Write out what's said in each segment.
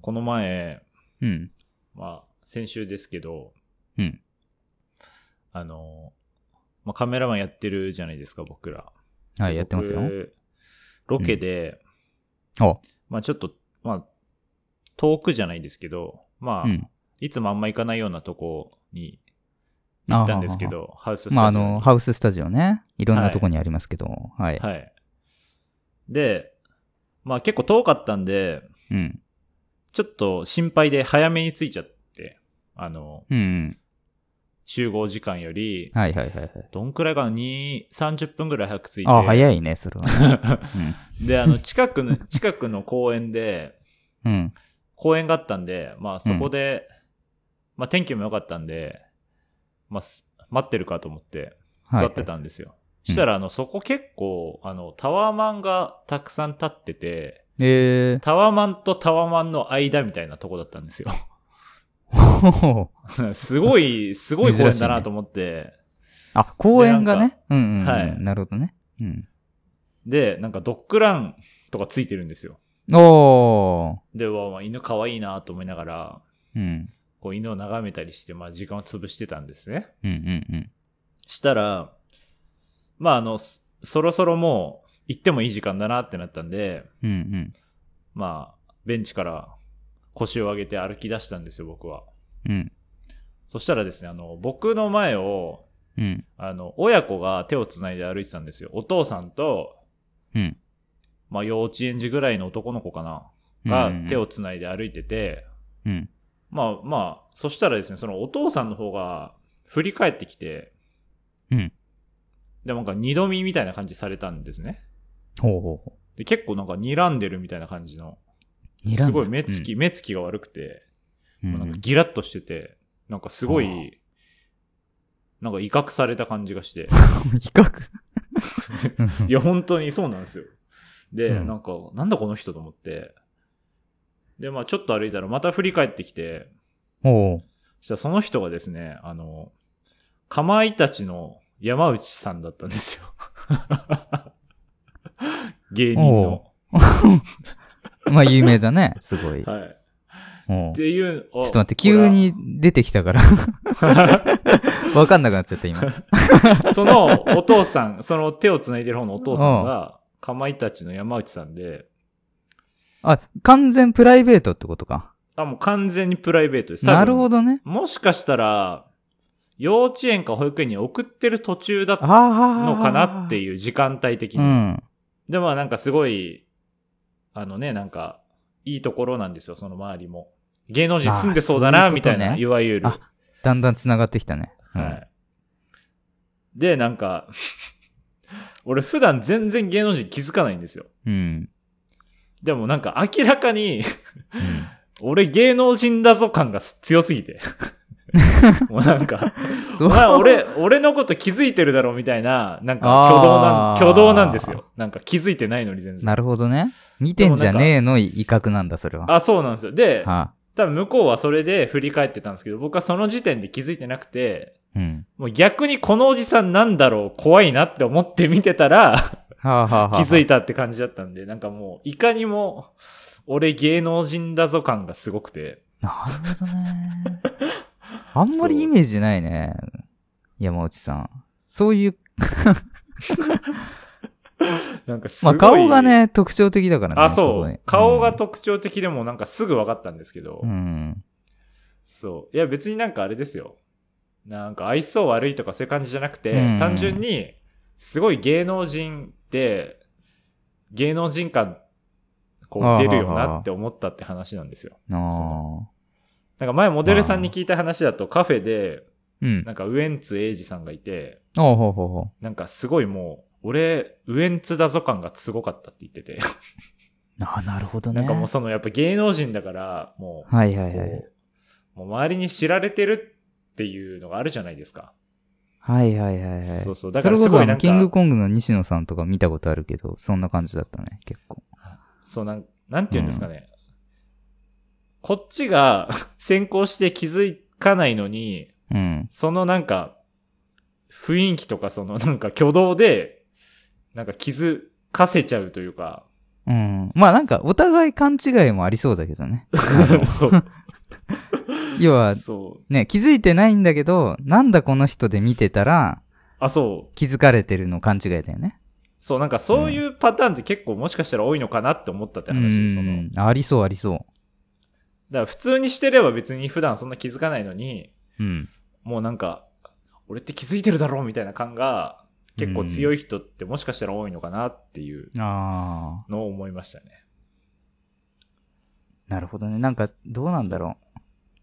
この前、うん。まあ、先週ですけど、うん。あの、まあ、カメラマンやってるじゃないですか、僕ら。はい、やってますよ。僕ロケで、おまあ、ちょっと、まあ、遠くじゃないですけど、まあ、うん。いつもあんま行かないようなとこにあ行あったんですけ。ど、ハウススタジオまあ、あにの、ハウススタジオね。いろんなとこにありますけど。はい。はい。で、まあ、結構遠かったんで、うん。ちょっと心配で早めに着いちゃって、あの、うんうん。集合時間より、はいはいはいはい。どんくらいかな、2、30分ぐらい早く着いて。ああ、早いね、それはね。 で、あの、近くの、 近くの公園で、うん。うん。公園があったんで、まあそこで、まあ天気も良かったんで、まあす待ってるかと思ってはい座ってたんですよ。そしたら、あの、そこ結構、あの、タワーマンがたくさん立ってて、えタワマンとタワマンの間みたいなとこだったんです よ。ー。すごい、すごい公園だなと思って、 あ、公園がね。うんうんうん。はいなるほどね。うん。で、なんかドッグランとかついてるんですよ。おー。で、わわ犬可愛いなと思いながら、うん。こう犬を眺めたりして、まあ時間を潰してたんですね。うんうんうん。したら、まああの、そそろそろもう行ってもいい時間だなってなったんで、うんうん。まあベンチから腰を上げて歩き出したんですよ、僕は。うん。そしたらですね、あの、僕の前を、うん。あの、親子が手をつないで歩いてたんですよ。お父さんと、うん。まあ幼稚園児ぐらいの男の子かな、うがん手を。つないで歩いてて、うん。まあまあ、そしたらですね、そのお父さんの方が振り返ってきて、うん。で、なんか二度見みたいな感じされたんですね。ほうほうほで、結構なんか睨んでるみたいな感じの、う。睨んですごい目つき、。目つきが悪くて、うんもううなん んかギラッとしてて、なんかすごあい、なんか威嚇された感じが して、比較。 いや、本当にそうなんですよ。で、うんなんか、なんだこの人と思って、で、まあちょっと歩いたらまた振り返ってきて、おー。そしたらその人がですね、あの、かまいたちの山内さんだったんですよ。 芸人の。まあ、有名だね。すごい。はい。おっーていう、ちょちょっと待って、急。に出てきたから。わかんなくなっちゃった、今。 そのお父さん、その手を繋いでる方のお父さんが、かまいたちの山内さんで、あ、完全プライベートってことか。あ、もう完全にプライベートです。多分なるほどね。もしかしたら、幼稚園か保育園に送ってる途中だったああ。のかなっていう時間帯的うに。ん。でもなんかすごい、あのね、なんか、いいところなんですよ、その周りも。芸能人住んでそうだあな、ーみたいそういうこな、とねいわゆる。あだんだん繋がってきたね。うんはい。で、なんか、 俺普段全然芸能人気づかないんですよ。うん。でもなんか明らかに、俺芸能人だぞ感が強すぎ て。もうなんか、うん。おそう。前俺、俺のこと気づいてるだろみたいな、なんか挙動なん、あー挙動なんですよ。なんか気づいてないのに全然。なるほどね。見てんじゃねえの威嚇なんだ、それは。あ、そうなんですよ。で、は多分向こうはそれで振り返ってたんですけど、僕はその時点で気づいてなくて、あ。うん。もう逆にこのおじさんなんだろう、怖いなって思って見てたら、はあ、はあはあ、気づいいたって感じだったんで、なんかもう、いかにも、俺芸能人だぞ感がすごくて。なるほどね。あんまりイメージないね。山内さん。そういう、なんかすまごあい。顔が。ね、特徴的だからね。あ、すそ。ごいう顔がん特徴的でもなんかすぐ分かったんですけど、うん。そう。いや別になんかあれですよ。なんか愛想悪いとかそういう感じじゃなくて、うん単純に、すごい芸能人って、芸能人感、こあうー出るよなって思ったって話なんですよ。なそあ。なんか前モデルさんに聞いた話だとカフェで、うん。なんかウエンツ瑛士さんがいて、おうほうほうほなんかすごいもう、俺、ウエンツだぞ感がすごかったって言ってて、う。ああ、なるほどね。 なんかもうそのやっぱ芸能人だから、もう、はいはこいはい。う、もう周りに知られてるっていうのがあるじゃないですか。はいはいはいはい。そうそうだだかかららすそれごいこそなあんの、かキングコングの西野さんとか見たことあるけど、そんな感じだったね、結構。そうなん、なんて言うんですかね。こっちが 先行して気づかないのに、うん。そのなんか、雰囲気とかそのなんか挙動で、なんか気づかせちゃうというか、うん。まあなんか、お互い勘違いもありそうだけ どね。 そう。要は、そう。ね、気づいてないんだけど、なんだこの人で見てたら、あ、そう。気づかれてるの勘違いだよね。そう、なんかそういうパターンって結構もしかしたら多いのかなって思ったってう話。んその、だありそうありそから普通にしてれば別に普段そんな気づかないのに、う。うん。もうなんか、俺って気づいてるだろうみたいな感が結構強い人ってもしかしたら多いのかなっていうああ、のを思いましたね。なるほどね。なんか、どうなんだろう。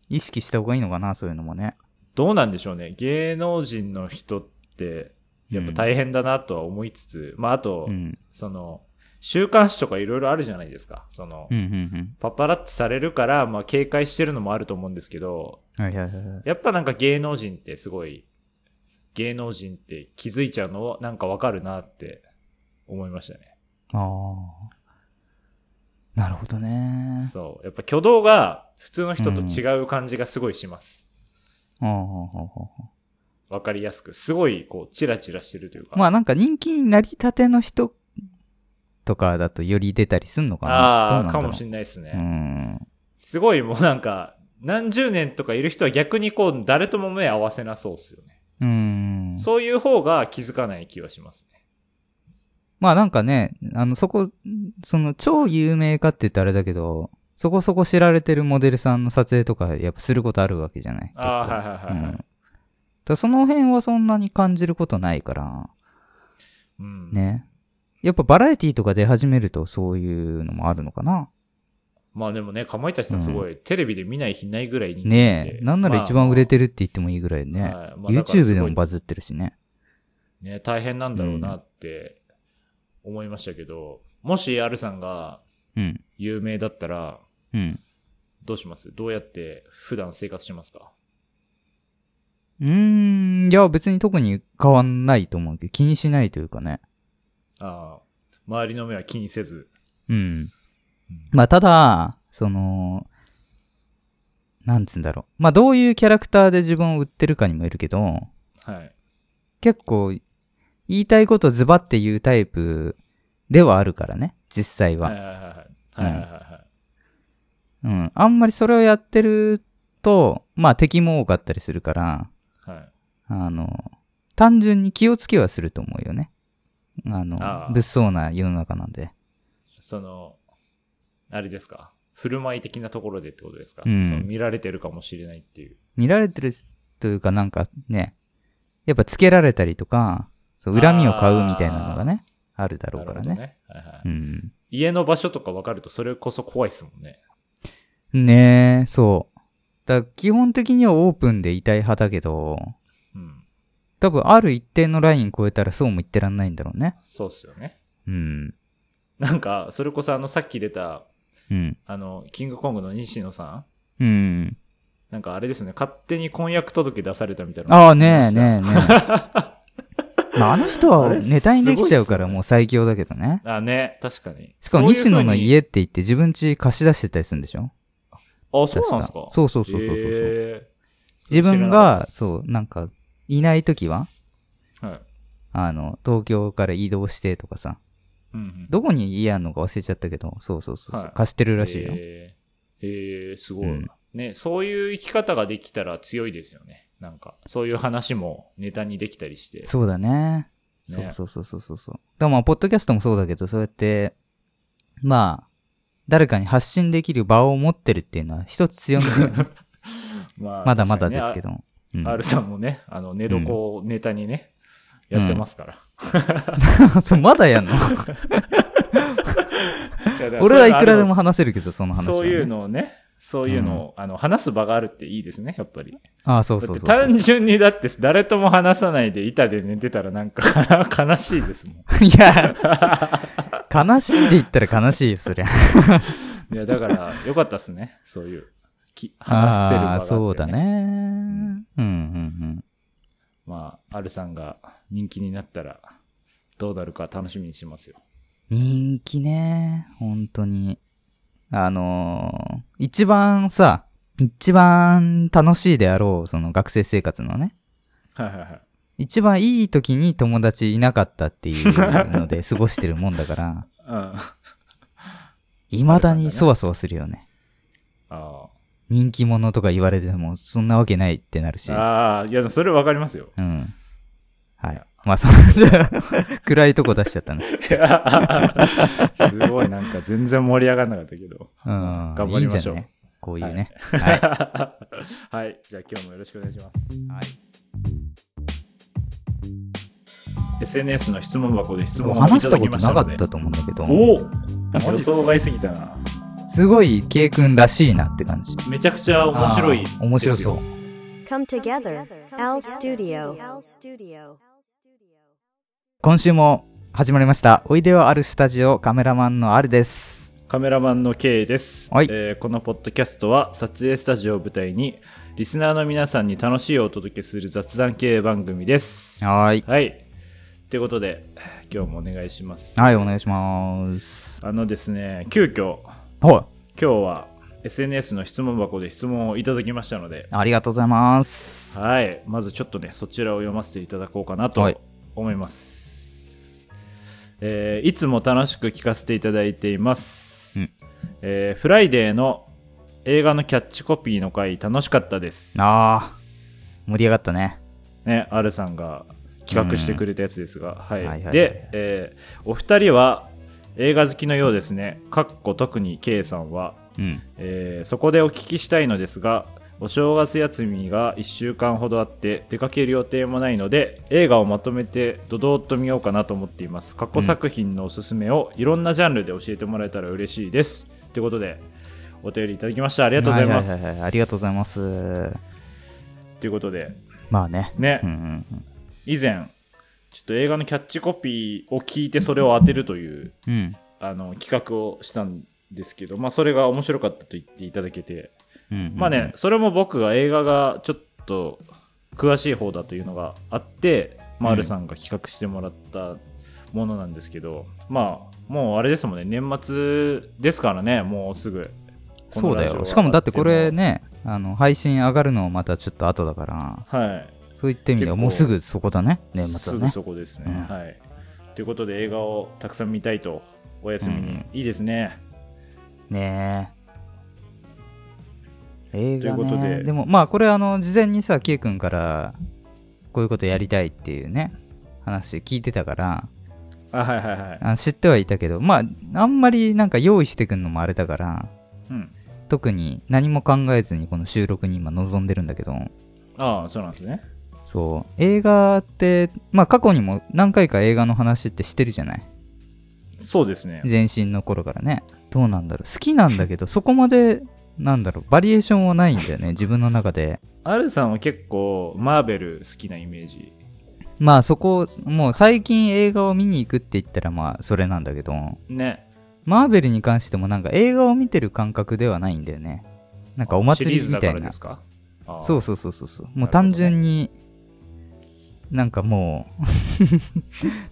意識した方がいいのかな、そういうのもね。どうなんでしょうね。芸能人の人ってやっぱ大変だなとは思いつつ、まああと、うん。その、週刊誌とかいろいろあるじゃないですか。その、うん、うん、パパラッチされるから、まあ警戒してるのもあると思うんですけど、うん。はいはいはいはい。やっぱなんか芸能人ってすごい、芸能人って気づいちゃうのなんかわかるなって思いましたね。ああ。なるほどね。そう。やっぱ挙動が普通の人と違う感じがすごいします。ああ。わ、かりやすく。すごいこう、チラチラしてるというか。まあなんか人気になりたての人とかだとより出たりすんのかな。どあうなあ、んだかろうもしんないですね、うん。すごいもうなんか、何十年とかいる人は逆にこう、誰とも目合わせなそうっすよね。うん。そういう方が気づかない気はしますね。まあなんかね、あの、そこ、その超有名かって言ったらあれだけど、そこそこ知られてるモデルさんの撮影とかやっぱすることあるわけじゃない。ああ、結構はいはいはい、うはんいだからその辺はそんなに感じることないから、うん。ね。やっぱバラエティとか出始めるとそういうのもあるのかな。まあでもね、かまいたちさんすごい、テレビで見ない日ないぐらいにねえ。なんなら一番売れてるって言ってもいいぐらいるね。YouTube でもバズってるしね。ね、大変なんだろうなって思いましたけど、もし R さんがうん。有名だったら、うん。どうしますどうやって普段生活しますかうーん、いや別に特に変わんないと思うけど、気にしないというかね。ああ、周りの目は気にせず。うん。まあただ、その、なんつうんだろう。まあどういうキャラクターで自分を売ってるかにもよるけど、はい。結構言いたいことズバって言うタイプではあるからね、実際は。はいはいはいはい。はいはいはいはい。うん。あんまりそれをやってると、まあ敵も多かったりするから、はい、あの、単純に気をつけはすると思うよね。あの、ああ物騒な世の中なんで。その、あれですか振る舞い的なところでってことですか、うんその見られてるかもしれないっていう。見られてるというかなんかね、やっぱつけられたりとか、そう恨みを買うみたいなのがね、あるだろうからね。ね。はいはいうん。家の場所とか分かるとそれこそ怖いですもんね。ねえ、そう。だから基本的にはオープンでいたい派だけど、うん。多分ある一定のライン超えたらそうも言ってらんないんだろうね。そうっすよね。うん。なんか、それこそあの、さっき出た、うん。あの、キングコングの西野さんうん。なんかあれですよね、勝手に婚約届出されたみたいな。ああ、ねえねえね え。まあ、あの人はネタにできちゃうからもう最強だけどね。あ、ね、確かに。しかも西野のそういう家って言って自分家貸し出してたりするんでしょ風に。あ、そうなんです確かそうそうそうそうそうそう。へー自知ら分が、なかそう、なんか、いないときは、ったですはい。あの、東京から移動してとかさ、うんうん、どこに家あんのか忘れちゃったけど、そうそうそうそう、はい貸してるらしいよ。へーへーすごい、うんね、そういう生き方ができたら強いですよね。なんか、そういう話もネタにできたりして。そうだね。ねそうそうそうそうそうそう。だからまあ、ポッドキャストもそうだけど、そうやって、まあ、誰かに発信できる場を持ってるっていうのは一つ強み だよねままだまだですけど。ど。うん、 R さんもね、あの、寝床をネタにね、うんやってますから。 そう、まだや んのいやだから俺はいくらでも話せるけど、その話は、ね。そういう。のをね、そういうのを、あの、話す場があるっていいですね、やっぱり。ああ、そうだそっうてそうそう。単純にだって誰とも話さないで板で寝てたらなんか 悲しいですもん。 いや、悲しいで言ったら悲しいよ、そりゃ。いや、だから、よかったっすね、そういう。き話せる場があああって、そうだね。うん、うん、うん。まあ、アルさんが人気になったら、どうなるか楽しみにしますよ。人気ね。本当に。あのー一番さ、一番楽しいであろう、その学生生活のね。はいはいはい。一番いい 時に友達いなかったっていうので過ごしてるもんだから、うん。未だあれさんがねにそわそわするよね。あ人気者とか言われても、そんなわけないってなるしあ。。ああ、いや、でもそれわかり ますよ。 うん。はいいや。まあ、そんな 暗いとこ出しちゃったね。すごい、なんか全然盛り上がんなかったけど。う頑ん。張りましょういいんじゃないこういうね。ははいい。。 はい。じゃあ今日もよろしくお願いします。SNS の質問箱で質問をい話したただこきとましたなのかでったと思うんだけど、おおか予想外すぎたな。すごい K 君らしいなって感じ。めちゃくちゃ面白いあー面白そう。 Come together, together, Al Al Studio. Studio. 今週も始まりました。おいではあるスタジオカメラマンのあるです。カメラマンの K です、はいえーこのポッドキャストは撮影スタジオを舞台にリスナーの皆さんに楽しいをお届けする雑談系番組ですはーいはいということで今日もお願いしますはい、お願いします。あのですね急遽は今日は SNS の質問箱で質問をいただきましたのでい。ありがとうございます。はいまずちょっとねそちらを読ませていただこうかなはとい思います、えーいつも楽しく聞かせていただいています、うんえーフライデーの映画のキャッチコピーの回楽しかったですあー、盛り上がったね。ね、R さんが企画してくれたやつですが、はい、はいはいで、えーお二人は映画好きのようですねかっこ特に K さんはうん。えーそこでお聞きしたいのですがお正月休みが1週間ほどあって出かける予定もないので映画をまとめてドドーッと見ようかなと思っています過去作品のおすすめをいろんなジャンルで教えてもらえたら嬉しいですということでお便りいただきましたあありがとうございます、はいはいはいはい、ありがとうございます。ということでまあね。ね、うんうんうん。以前ちょっと映画のキャッチコピーを聞いてそれを当てるといううん。あの企画をしたんですけど、まあ、それが面白かったと言っていただけてうんうんうんまあね、。それも僕が映画がちょっと詳しい方だというのがあって、まあ、うん R さんが企画してもらったものなんですけど、まあ、もうあれですもんね、年末ですからね、もうすぐ。こそのうだラジオよ。がしかもだってこれね、あの、配信上がるのまたちょっと後だから、はい、そういった意味ではもう結す構ぐそこだね、年末すはぐね。そこですね。うんはい。ということで、映画をたくさん見たいと、お休みに、うんいいですね。ねえ。映画、ね、ということででもまあこれあの事前にさ K 君からこういうことやりたいっていうね話聞いてたからあ、はいはいはい。あ知ってはいたけどまああんまりなんか用意してくんのもあれだからうん。特に何も考えずにこの収録に今臨んでるんだけどああ、そうなんですね。そう映画ってまあ過去にも何回か映画の話ってしてるじゃないそうですね。前身の頃からねどうなんだろう好きなんだけどそこまでなんだろうバリエーションはないんだよね自分の中で R さんは結構、マーベル好きなイメージ。まあそこもう最近映画を見に行くって言ったらまあそれなんだけどね。マーベルに関してもなんか映画を見てる感覚ではないんだよねなんかお祭りシリーズみだたかいらなですかああそうそうそうそうそうなるほどもうね単純になんかもう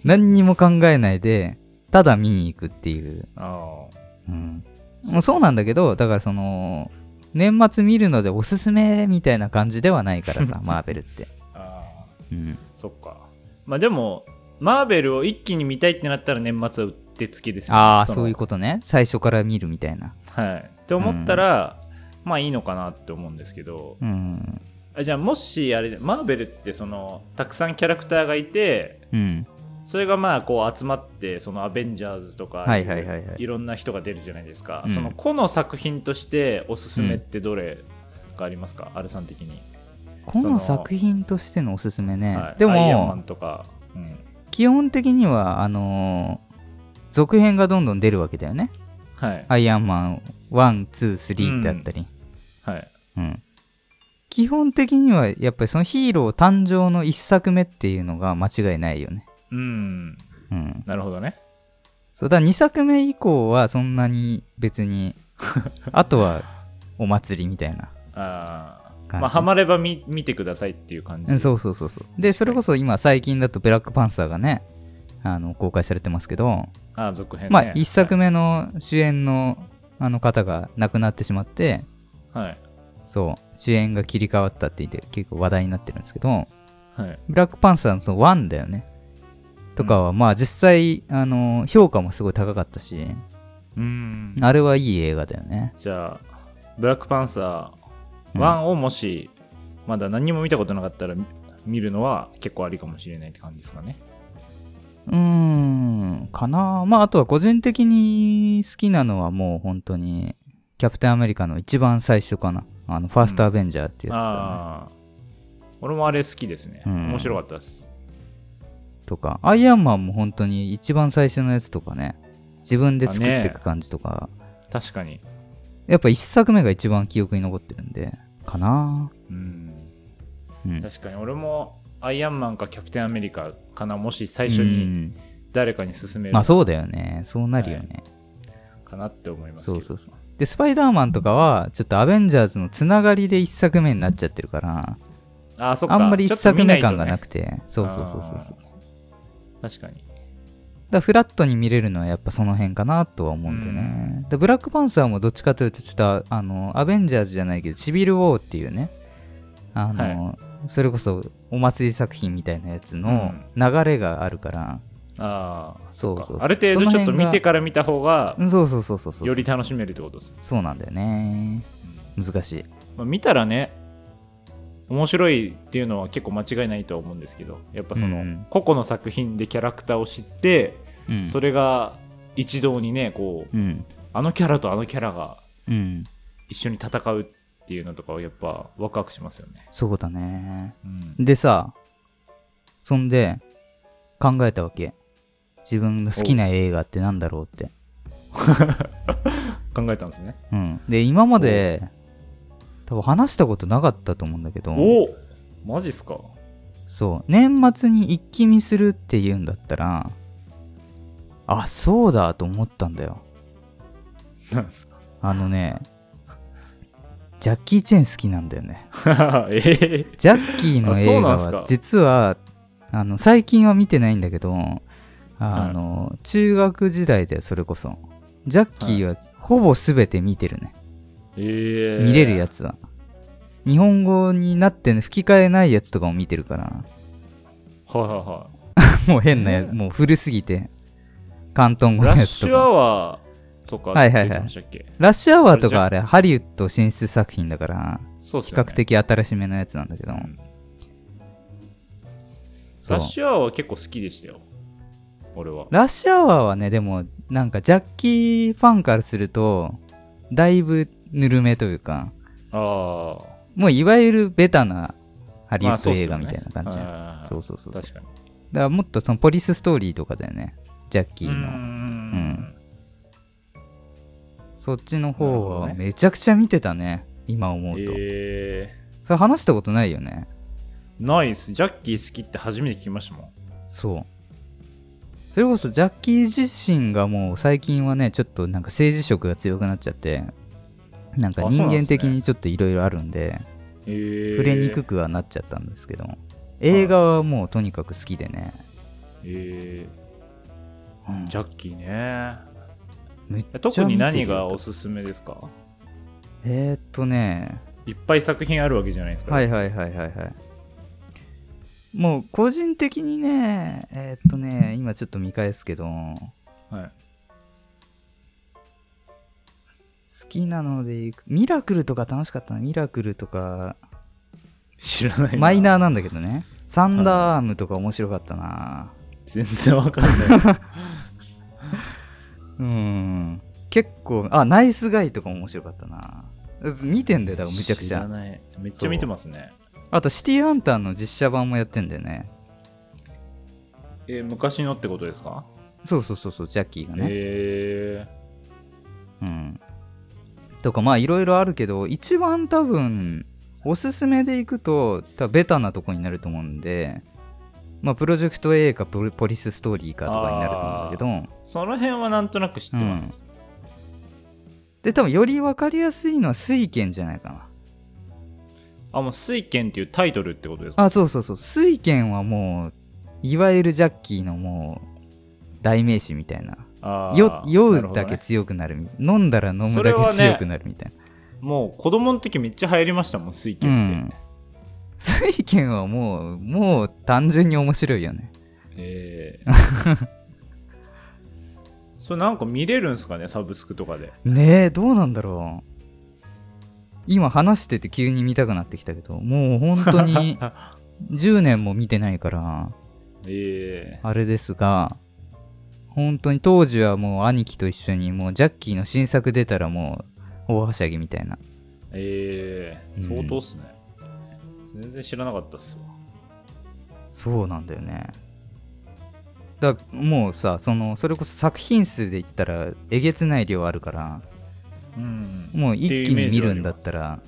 何にも考えないでただ見に行くっていうああうん、もうそうなんだけどだからその年末見るのでおすすめみたいな感じではないか らさマーベルって、ああうん、そっかまあでもマーベルを一気に見たいってなったら年末はうってつけですよねああのそういうことね最初から見るみたいなはいって思ったら、まあいいのかなって思うんですけどうんあじゃあもしあれマーベルってそのたくさんキャラクターがいてうんそれがまあこう集まってそのアベンジャーズとか、はいはいはいはいろんな人が出るじゃないですか、うんその個の作品としておすすめってどれがありますか、アルさん的に、この作品としてのおすすめね、はいでアイアンマもンとか、うん、基本的にはあのー続編がどんどん出るわけだよねはいアイアンマン123ってあったり、はいうん、基本的にはやっぱりそのヒーロー誕生の一作目っていうのが間違いないよねうんうんなるほどねそうだ2作目以降はそんなに別 にあとはお祭りみたいなあー感じまあハマれば見見てくださいっていう感じうんそうそうそうそうでそれこそ今最近だと「ブラックパンサー」がねあの公開されてますけど、あー続編、ね、まあ1作目目の主演のあの方が亡くなってしまってはいそう主演が切り替わったって言って結構話題になってるんですけどはい「ブラックパンサー」のその1だよねとかはまあ実際あの評価もすごい高かったしうんあれはいい映画だよね。じゃあブラックパンサーうん1をもし、まだ何も見たことなかったらみ見るのは結構ありかもしれないって感じですかねうーん、かなまあ、あとは個人的に好きなのはもう本当に、キャプテンアメリカの一番最初かな。あの、ファーストアベンジャーってやつだああ俺もあれ好きですね、うん面白かったですね、とか、アイアンマンも本当に一番最初のやつとかね、自分で作っていく感じとか、確かにやっぱ一作目が一番記憶に残ってるんで、かなうんうん。確かに俺もアイアンマンかキャプテンアメリカかなもし最初うにん誰かに勧めるまあそうだよね。そうなるよね。かなって思いますけそど、うそうそう。で、スパイダーマンとかは、ちょっとアベンジャーズのつながりで一作目になっちゃってるから、あーそっかあんまり一作目感がなてくて、そうそうそうそうそう。確かにだからフラットに見れるのはやっぱその辺かなとは思うんでね。でブラックパンサーもどっちかというと、ちょっとああの、アベンジャーズじゃないけど、シビル・ウォーっていうね、あの、それこそお祭り作品みたいなやつの流れがあるから、ああそうそうそうある程度ちょっと見てから見た方がうんそうそうそうそうそう。より楽しめるってことですね、そうなんだよね。難しい。まあ、見たらね面白いっていうのは結構間違いないとは思うんですけどやっぱその、うんうん個々の作品でキャラクターを知って、うん。それが一堂にねこううん。あのキャラとあのキャラがうん。一緒に戦うっていうのとかはやっぱワクワクしますよね、そうだね。うん、でさ、そんで、考えたわけ。自分の好きな映画ってなんだろうって。考えたんですねうん。で、今まで、多分話したことなかったと思うんだけど、おおマジっすかそう、年末に一気見するって言うんだったら、あ、そうだと思ったんだよ。なんですか あのね、ジャッキー・チェン好きなんだよね。ええジャッキーのあそ映う画なんすかは、実は、あの、最近は見てないんだけど、あの、中学時代でそれこそ、ジャッキーはほぼ全て見てるね。ええ見れるやつは。日本語になってね吹き替えないやつとかも見てるから、 はいはいはいもう変なやねもう古すぎて、関東語ブのラッやつシとュアか。ワーとかは出いはいはいてましたっけ、ラッシュアワーとかああれ、ハリウッド進出作品だから、そうっす比よね較的新しめのやつなんだけど、うんそうラッ。シュアワーは結構好きでしたよ俺はラッシュアワーはね、でも、なんかジャッキーファンからすると、だいぶぬるめというか、ああもういわゆるベタなハリウまあッそドうっす映よ画ねみたいな感じじゃん、あーそうそうそうそう。だか確かにらもっとそのポリスストーリーとかだよね、ジャッキーうーの。んそっちなのるほ方どはねめちゃくちゃ見てたね、今思うと。えそれ話したことないよね。ー、ナイスジャッキー好きって初めて聞きましたもんそう。それこそジャッキー自身がもう最近はね、ちょっとなんか政治色が強くなっちゃって、なんかあそう人なんすね間的にちょっといろいろあるんで、えー、触れにくくはなっちゃったんですけど、映画はもうとにかく好きでね、えうんー、ジャッキーねめっちゃ見てる特に何がおすすめですかえー、っとねいっぱい作品あるわけじゃないですか、はいはいはいはいはいもう個人的にねえー、っとね今ちょっと見返すけど好はいきなのでいくミラクルとか楽しかったなミラクルとか知らないなマイナーなんだけどねサンダーアームとか面白かったな全然わかんないうん結構あナイスガイとかも面白かったな見てんだよだからむちゃく知ちゃらないめっちゃ見てますねあと、シティハンターの実写版もやってんだよね。えー昔のってことですかそうそうそうそう、ジャッキーがね。えうん。とか、まあ、いろいろあるけど、一番多分、おすすめでいくと、多分ベタなとこになると思うんで、まあ、プロジェクト A かポリポリスストーリーかとかになると思うんだけー、その辺はなんとなく知ってます、ど、で、多分、より分かりやすいのは、水剣じゃないかな。あもう「水剣」っていうタイトルってことですかあ、そうそうそう、水剣はもう、いわゆるジャッキーのもう、代名詞みたいな。あーよ酔なるうほどだねけ強くなるみ飲んだら飲むそだれはけね強くなるみたいな。もう子供の時めっちゃ流行りましたもん「水う剣」っんて、水拳はもう、もう 単純に面白いよね。えーそれなんか見れるんすかねサブスクとかでねえどうなんだろう今話してて急に見たくなってきたけどもう本当 に10年も見てないからええあれですが本当に当時はもう兄貴と一緒にもうジャッキーの新作出たらもう大はしゃぎみたいなええうん相当っすね、全然知らなかったっすわそうなんだよねだもうさそのそれこそ作品数で言ったらえげつない量あるからうんもう一気に見るんだったら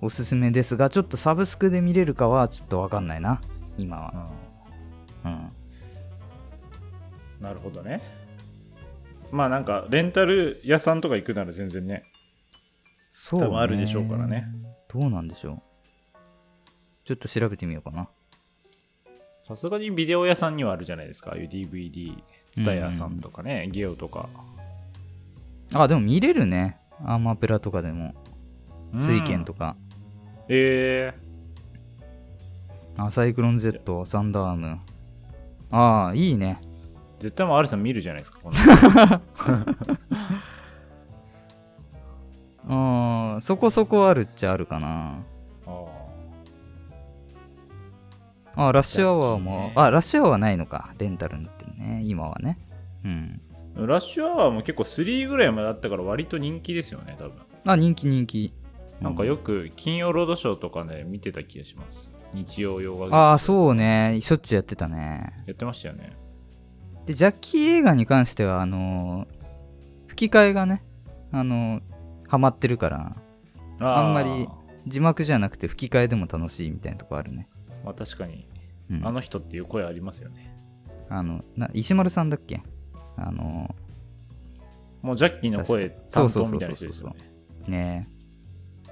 おすすめですがちょっとサブスクで見れるかはちょっとわかんないな今は、ううん、んなるほどねまあなんかレンタル屋さんとか行くなら全然ねそう、多分あるでしょうからねどうなんでしょうちょっと調べてみようかなさすがにビデオ屋さんにはあるじゃないですかああいう DVD ツタヤさんとかね、ゲオとかあでも見れるねアーマプラとかでも水拳とかか、ええあサイクロン Z サンダーアームああいいね絶対もう R さん見るじゃないですかこんなのあーそこそこあるっちゃあるかなああラッシュアワージもャッキーねあラッシュアワーはないのかレンタルになってるね今はねうんあラッシュアワーも結構3ぐらいまであったから割と人気ですよね多分あ人気人気なんかよよく金曜ロードショーとかね見てた気がします日曜洋画あやあそうねしょっちゅうやってたねってましたよねでジャッキー映画に関してはあのー吹き替えがねあのーハマってるからあーあんまり字幕じゃなくて吹き替えでも楽しいみたいなとこあるね、まあ確かにうん、あの人っていう声ありますよねあのな石丸さんだっけあのもうジャッキーの声確か担にそう当そうそうそうみたいな人ですよねーね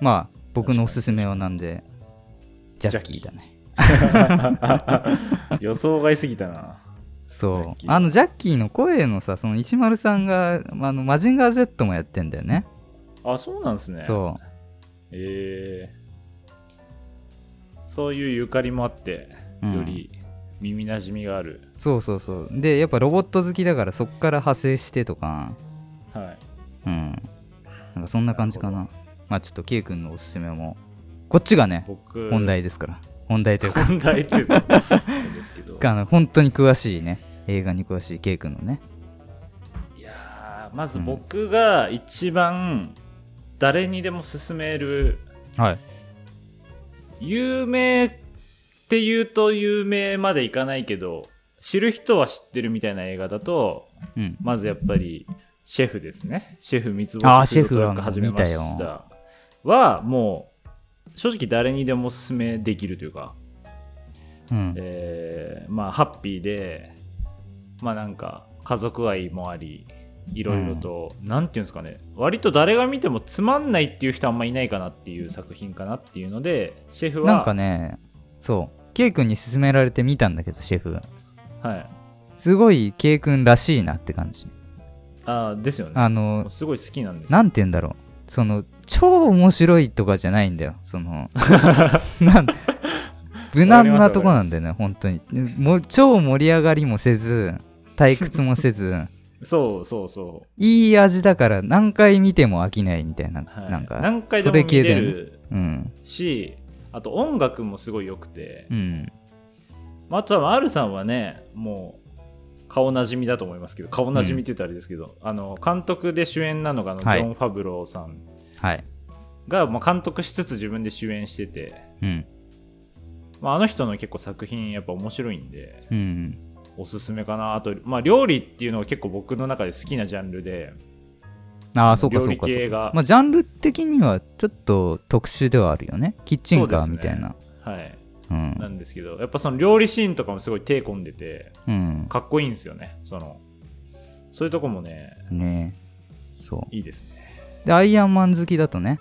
まあ僕のおすすめはなんでジャッキーだね予想外すぎたなジャそッキうーあのジャッキーの声のさその石丸さんがあのマジンガー Z もやってんだよねあそうなんですねそうえーそういうゆかりもあってうんより耳なじみがある、そうそうそうでやっぱロボット好きだからそっから派生してとかはいうんなんかそんな感じかなまあちょっと K 君のおすすめもこっちがね僕本題ですから本題というか本題っていうかなんですけどあの本当に詳しいね映画に詳しい K 君のねいやーまず僕が一番誰にでも勧めるはい有名っていうと有名までいかないけど知る人は知ってるみたいな映画だとうんまずやっぱりシェフですねシェフ三つあー星シェフはが始めまし見たたはもう正直誰にでもお勧めできるというかうんえーまあハッピーでまあなんか家族愛もありいろいろと、なんていうんですかね割と誰が見てもつまんないっていう人あんまいないかなっていう作品かなっていうのでシェフはなんかねそう K 君に勧められて見たんだけどシェフはい、すごい K 君らしいなって感じあーですよねあのすごい好きなんですよなんて言うんだろうその超面白いとかじゃないんだよその なん無難なとこなんだよね本当にもう超盛り上がりもせず退屈もせず そうそうそういい味だから何回見ても飽きないみたいな、はいなんか何回でそも見れ系れだよねるうんしあと音楽もすごい良くて、うんまあ、あとは R さんはねもう顔なじみだと思いますけど顔なじみって言ったらあれですけど、あの監督で主演なのがあのジはいョン・ファブローさんはいが、まあ、監督しつつ自分で主演してて、うんまあ、あの人の結構作品やっぱ面白いんでうんおすすめかなあと、まあ、料理っていうのが結構僕の中で好きなジャンルでああそうか料そう理かそう系かがまあジャンル的にはちょっと特殊ではあるよねキッチンカーみたいなはい、うんなんですけどやっぱその料理シーンとかもすごい手込んでてうんかっこいいんですよねそのそういうとこもねねそういいですねでアイアンマン好きだとね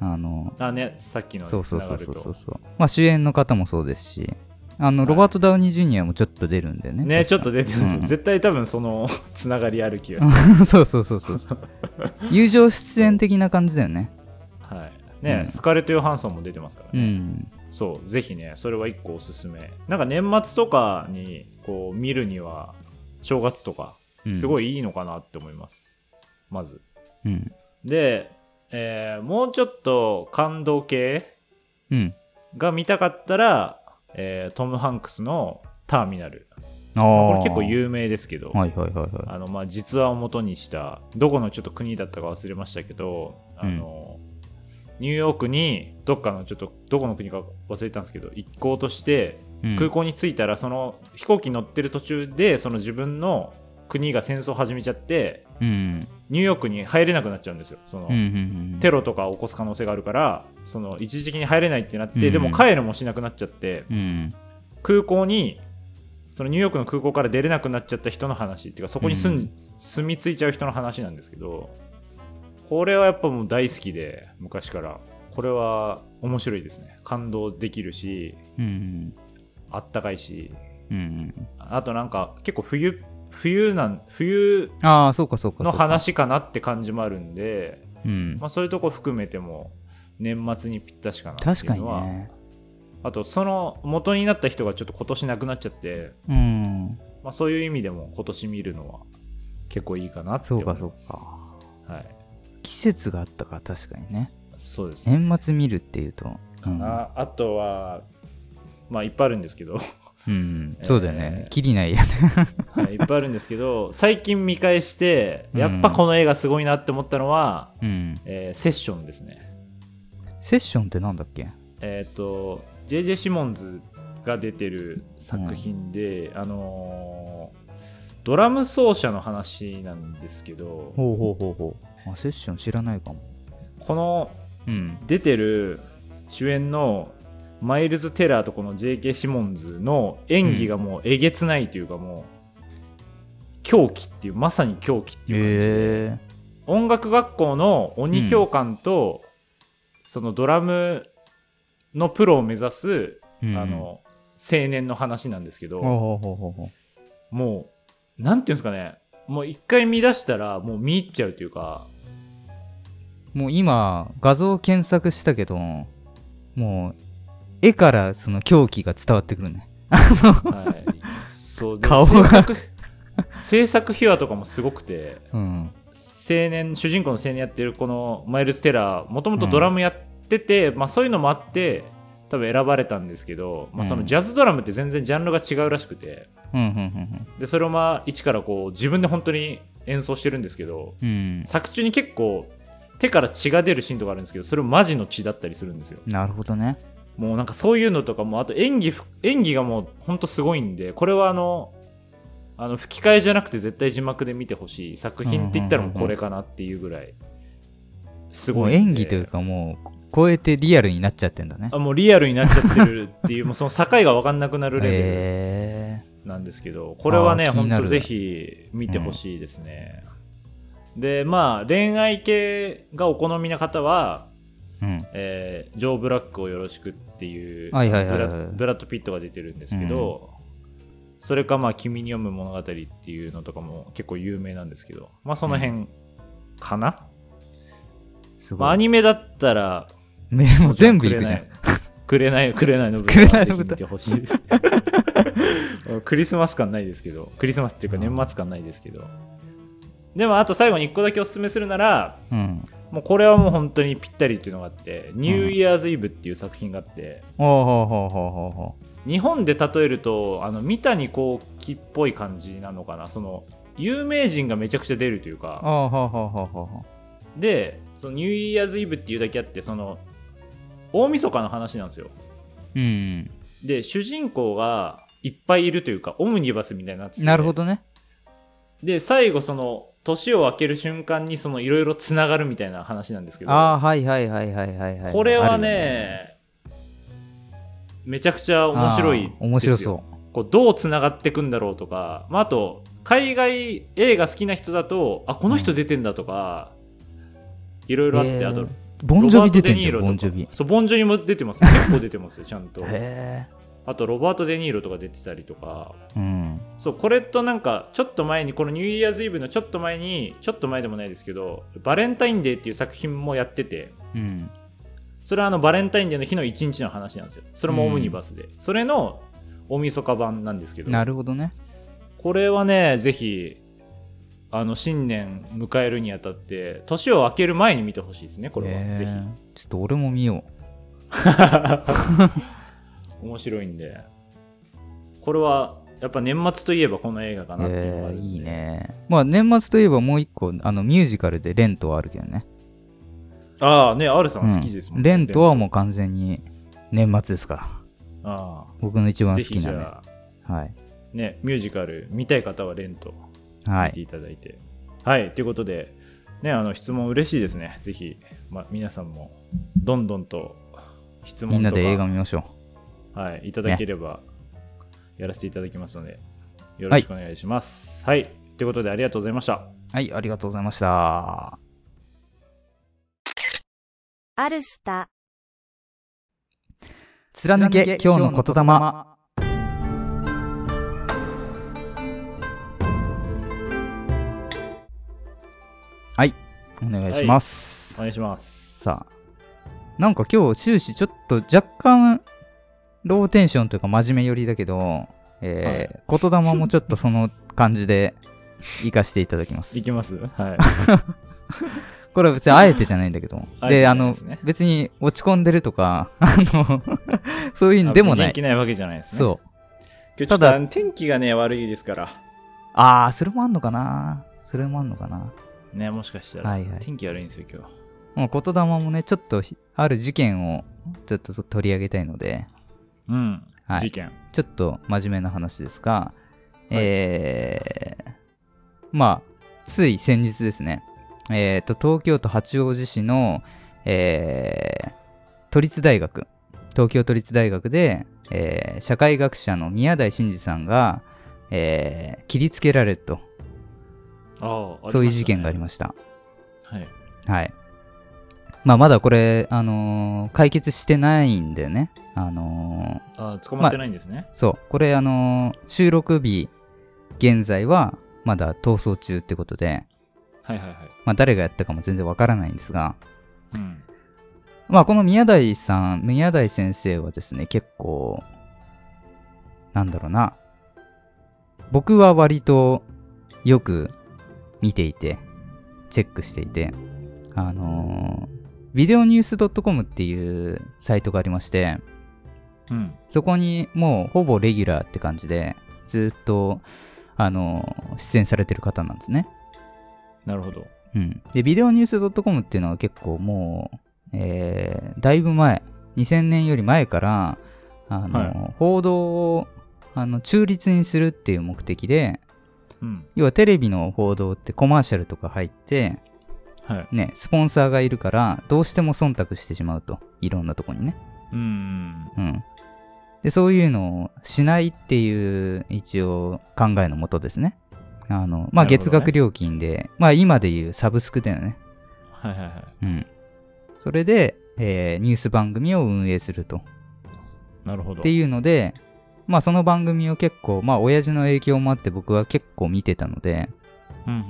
あのあねさっきのにそうそうそうつながそうるとそうそうまあ主演の方もそうですしあはの、いロバート・ダウニー・ジュニアもちょっと出るんだよねね、ちょっ確とか出てるんですよ、うん絶対多分その つながりある気がしそうそうそうそうそう友情出演的な感じだよねますはいね、うんスカーレット・ヨハンソンも出てますからうね、んそうぜひねそれは一個おすすめなんか年末とかにこう見るには正月とかうんすごいいいのかなって思います。まず。うん。で、えーもうちょっと感動系うん。が見たかったら、えートム・ハンクスのターミナル。ああ。これ結構有名ですけど、はいはいはいはあのまあ、実話を元にしたどこのちょっと国だったか忘れましたけどあの、ニューヨークにどっかのちょっとどこの国か忘れたんですけど行こうとしてい。うん空港に着いたらその飛行機に乗ってる途中でその自分の国が戦争を始めちゃってうん。ニューヨークに入れなくなっちゃうんですよその、うんうんうん。テロとかを起こす可能性があるからその一時的に入れないってなって、うんでも帰るもしなくなっちゃってうん。空港にそのニューヨークの空港から出れなくなっちゃった人の話っていうかそこに住ん、うん住み着いちゃう人の話なんですけどこれはやっぱもう大好きで昔からこれは面白いですね感動できるしうんあったかいしうん。うん。あとなんか結構冬冬なん冬ああ、そうかそうか。の。話かなって感じもあるんで、うん。まあ、そういうとこ含めても年末にぴったしかなって確いかうにのは、ね。あとその元になった人がちょっと今年亡くなっちゃってうん。まあ、そういう意味でも今年見るのは結構いいかなってそ思ういまかすそうか。はい季節があったから確かにね。そうですね、年末見るっていうと。うんああとはまあいっぱいあるんですけ ど、うん。そうだよえねー。きりないやつ。はい、いっぱいあるんですけど最近見返してやっぱこの映画すごいなって思ったのは、うん。えーセッションですね セッションってなんだっけえっ、と JJ シモンズが出てる作品で、あのードラム奏者の話なんですけどほうほうほうほう。あ、セッション知らないかも。このうん。出てる主演のマイルズ・テラーとこの J.K. シモンズの演技がもうえげつないというかもう狂気っていうまさに狂気っていう感じで、へえ。音楽学校の鬼教官と、そのドラムのプロを目指す、うんあ、の青年の話なんですけど、ほうほうほうほうほもうなんていうんですかねもう一回見出したらもう見入っちゃうというかう。もう今、画像検索したけど、もう、絵からその狂気が伝わってくるね。はい、そうで顔が制作制作秘話とかもすごくてうん。青年主人公の青年やってるこのマイルス・テラーもともとドラムやってて、まあ、そういうのもあって多分選ばれたんですけど、まあ、そのジャズドラムって全然ジャンルが違うらしくてうん、うん、でそれをまあ一からこう自分で本当に演奏してるんですけどうん、うん。作中に結構手から血が出るシーンとかあるんですけどそれマジの血だったりするんですよなるほどね。もうなんかそういうのとかもあと演技ふ演技がもうほんとすごいんでこれはあのあの吹き替えじゃなくて絶対字幕で見てほしい作品って言ったらもうこれかなっていうぐらいすもごういんで演技というかもう、超えてリアルになっちゃってんだね。あもうリアルになっちゃってるっていう もうその境が分かんなくなるレベへえ。ルなんですけどこれはねあー気ほにんなとるぜひ見てほしいですね、でまあ恋愛系がお好みな方はうん。えージョー・ブラックをよろしくっていうブはラいはいはいはいブラッド・ピットが出てるんですけど、それか、まあ、君に読む物語っていうのとかも結構有名なんですけど、まあ、その辺かな、すまあ、ごアい。ニメだったら、めもう全部いくじゃん。くれない、くれないの部 紅のぜひ見てほしい。 クリスマス感ないですけど、クリスマスっていうか年末感ないですけど。でも、あと最後に1個だけおすすめするなら、うん。もうこれはもう本当にぴったりっていうのがあって、ニューイヤーズ・イブっていう作品があって、ほうほうほうほうほうほ日本で例えるとあの三谷幸喜っぽい感じなのかなその有名人がめちゃくちゃ出るというう。かほうほうほうほうほうほでそのニューイヤーズイブっていうだけあってその大晦日の話なんですよう。うん。で主人公がいっぱいいるというかオムニバスみたいになっててなるほどね。で最後その年を明ける瞬間にそのいろいろつながるみたいな話なんですけどああ、はいはいはいはいはいはい。これあはるよね、めちゃくちゃ面白いですよあー面白そ。こうどうつながっていくんだろうとか、まあ、あと海外映画好きな人だとあこの人出てんだとか、いろいうろあって、へーあとボンジョビ出てロんバートデじニゃーん、ロボンとジかョビ。そうボンジョビも出て ます結構出てますよちゃんとへえ。あとロバート・デ・ニーロとか出てたりとかうん。そうこれとなんかちょっと前にこのニューイヤーズイブのちょっと前にちょっと前でもないですけどバレンタインデーっていう作品もやっててうん。それはあのバレンタインデーの日の一日の話なんですよそれもオムニバスで、それの大晦日版なんですけどなるほどね。これはね、ぜひあの新年迎えるにあたって年を明ける前に見てほしいですねこれは、えーぜひちょっと俺も見よう。面白いんでこれはやっぱ年末といえばこの映画かなっていうのがあえるんでーいいね。まあ年末といえばもう一個、あのミュージカルでレントはあるけどね。ああね R さん好きですもんね、レントはもう完全に年末ですから。あ僕の一番あ好ぜひきじなね。ゃあはい。ねミュージカル見たい方はレントは見てい。いただいてはい、ということでねあの質問嬉しいですねぜひ、まあ、皆さんもどんどんと質問とかみんなで映画見ましょはい、いただければやらせていただきますので、よろしくお願いします。はい、ということでありがとうございました。う。はい、ありがとうございました。アルスタ。貫け今日の言霊はいお願いします、お願いします。さあなんか今日終始ちょっと若干ローテンションというか真面目寄りだけど、えー言霊もちょっとその感じで 生かしていただきますいきますはい。これは別にあえてじゃないんだけ どあえてじでゃあないでのすね別に落ち込んでるとか あのそういうの でもな元い気ないわけじゃないですね。う。そう今日ちょっただと天気がね、悪いですから、ああ、それもあんのかな。それもあんのかな。ね、もしかしたら、はいはい天気悪いんですよ、今日。もう言霊もね、ちょっとひある事件をちょっと取り上げたいので、うん、はい事件。ちょっと真面目な話ですが、はいえー、まあ、つい先日ですね、えーと、東京都八王子市の、えー、都立大学、東京都立大学で、えー社会学者の宮台真司さんが、えー切りつけられると、ああ、そういう事件がありましした。たね。はい。はい。まあ、まだこれ、あのー解決してないんだよね。あのーああ、捕まってないんですね。そう。これ、あのー収録日、現在は、まだ逃走中ってことで、はいはいはい。まあ、誰がやったかも全然わからないんですが、うん。まあ、この宮台さん、宮台先生はですね、結構、なんだろうな。僕は割とよく見ていて、チェックしていて、あのー、ビデオニュース .com っていうサイトがありまして、うん。そこにもうほぼレギュラーって感じで、ずっと、あのー、出演されてる方なんですね。なるほど。うん。で、ビデオニュース .com っていうのは結構もう、えー、だいぶ前、2000年より前から、あの、は報道を、あの、中立にするっていう目的で、うん。要はテレビの報道ってコマーシャルとか入って、はい。ね、スポンサーがいるから、どうしても忖度してしまうと。いろんなとこにね。うん。うん。で、そういうのをしないっていう、一応、考えのもとですね。あの、まあ、なるほどね月額料金で、まあ、今でいうサブスクだよね。はいはいはい。うん。それで、えーニュース番組を運営すると。なるほど。っていうので、まあその番組を結構、まあ親父の影響もあって僕は結構見てたので、うん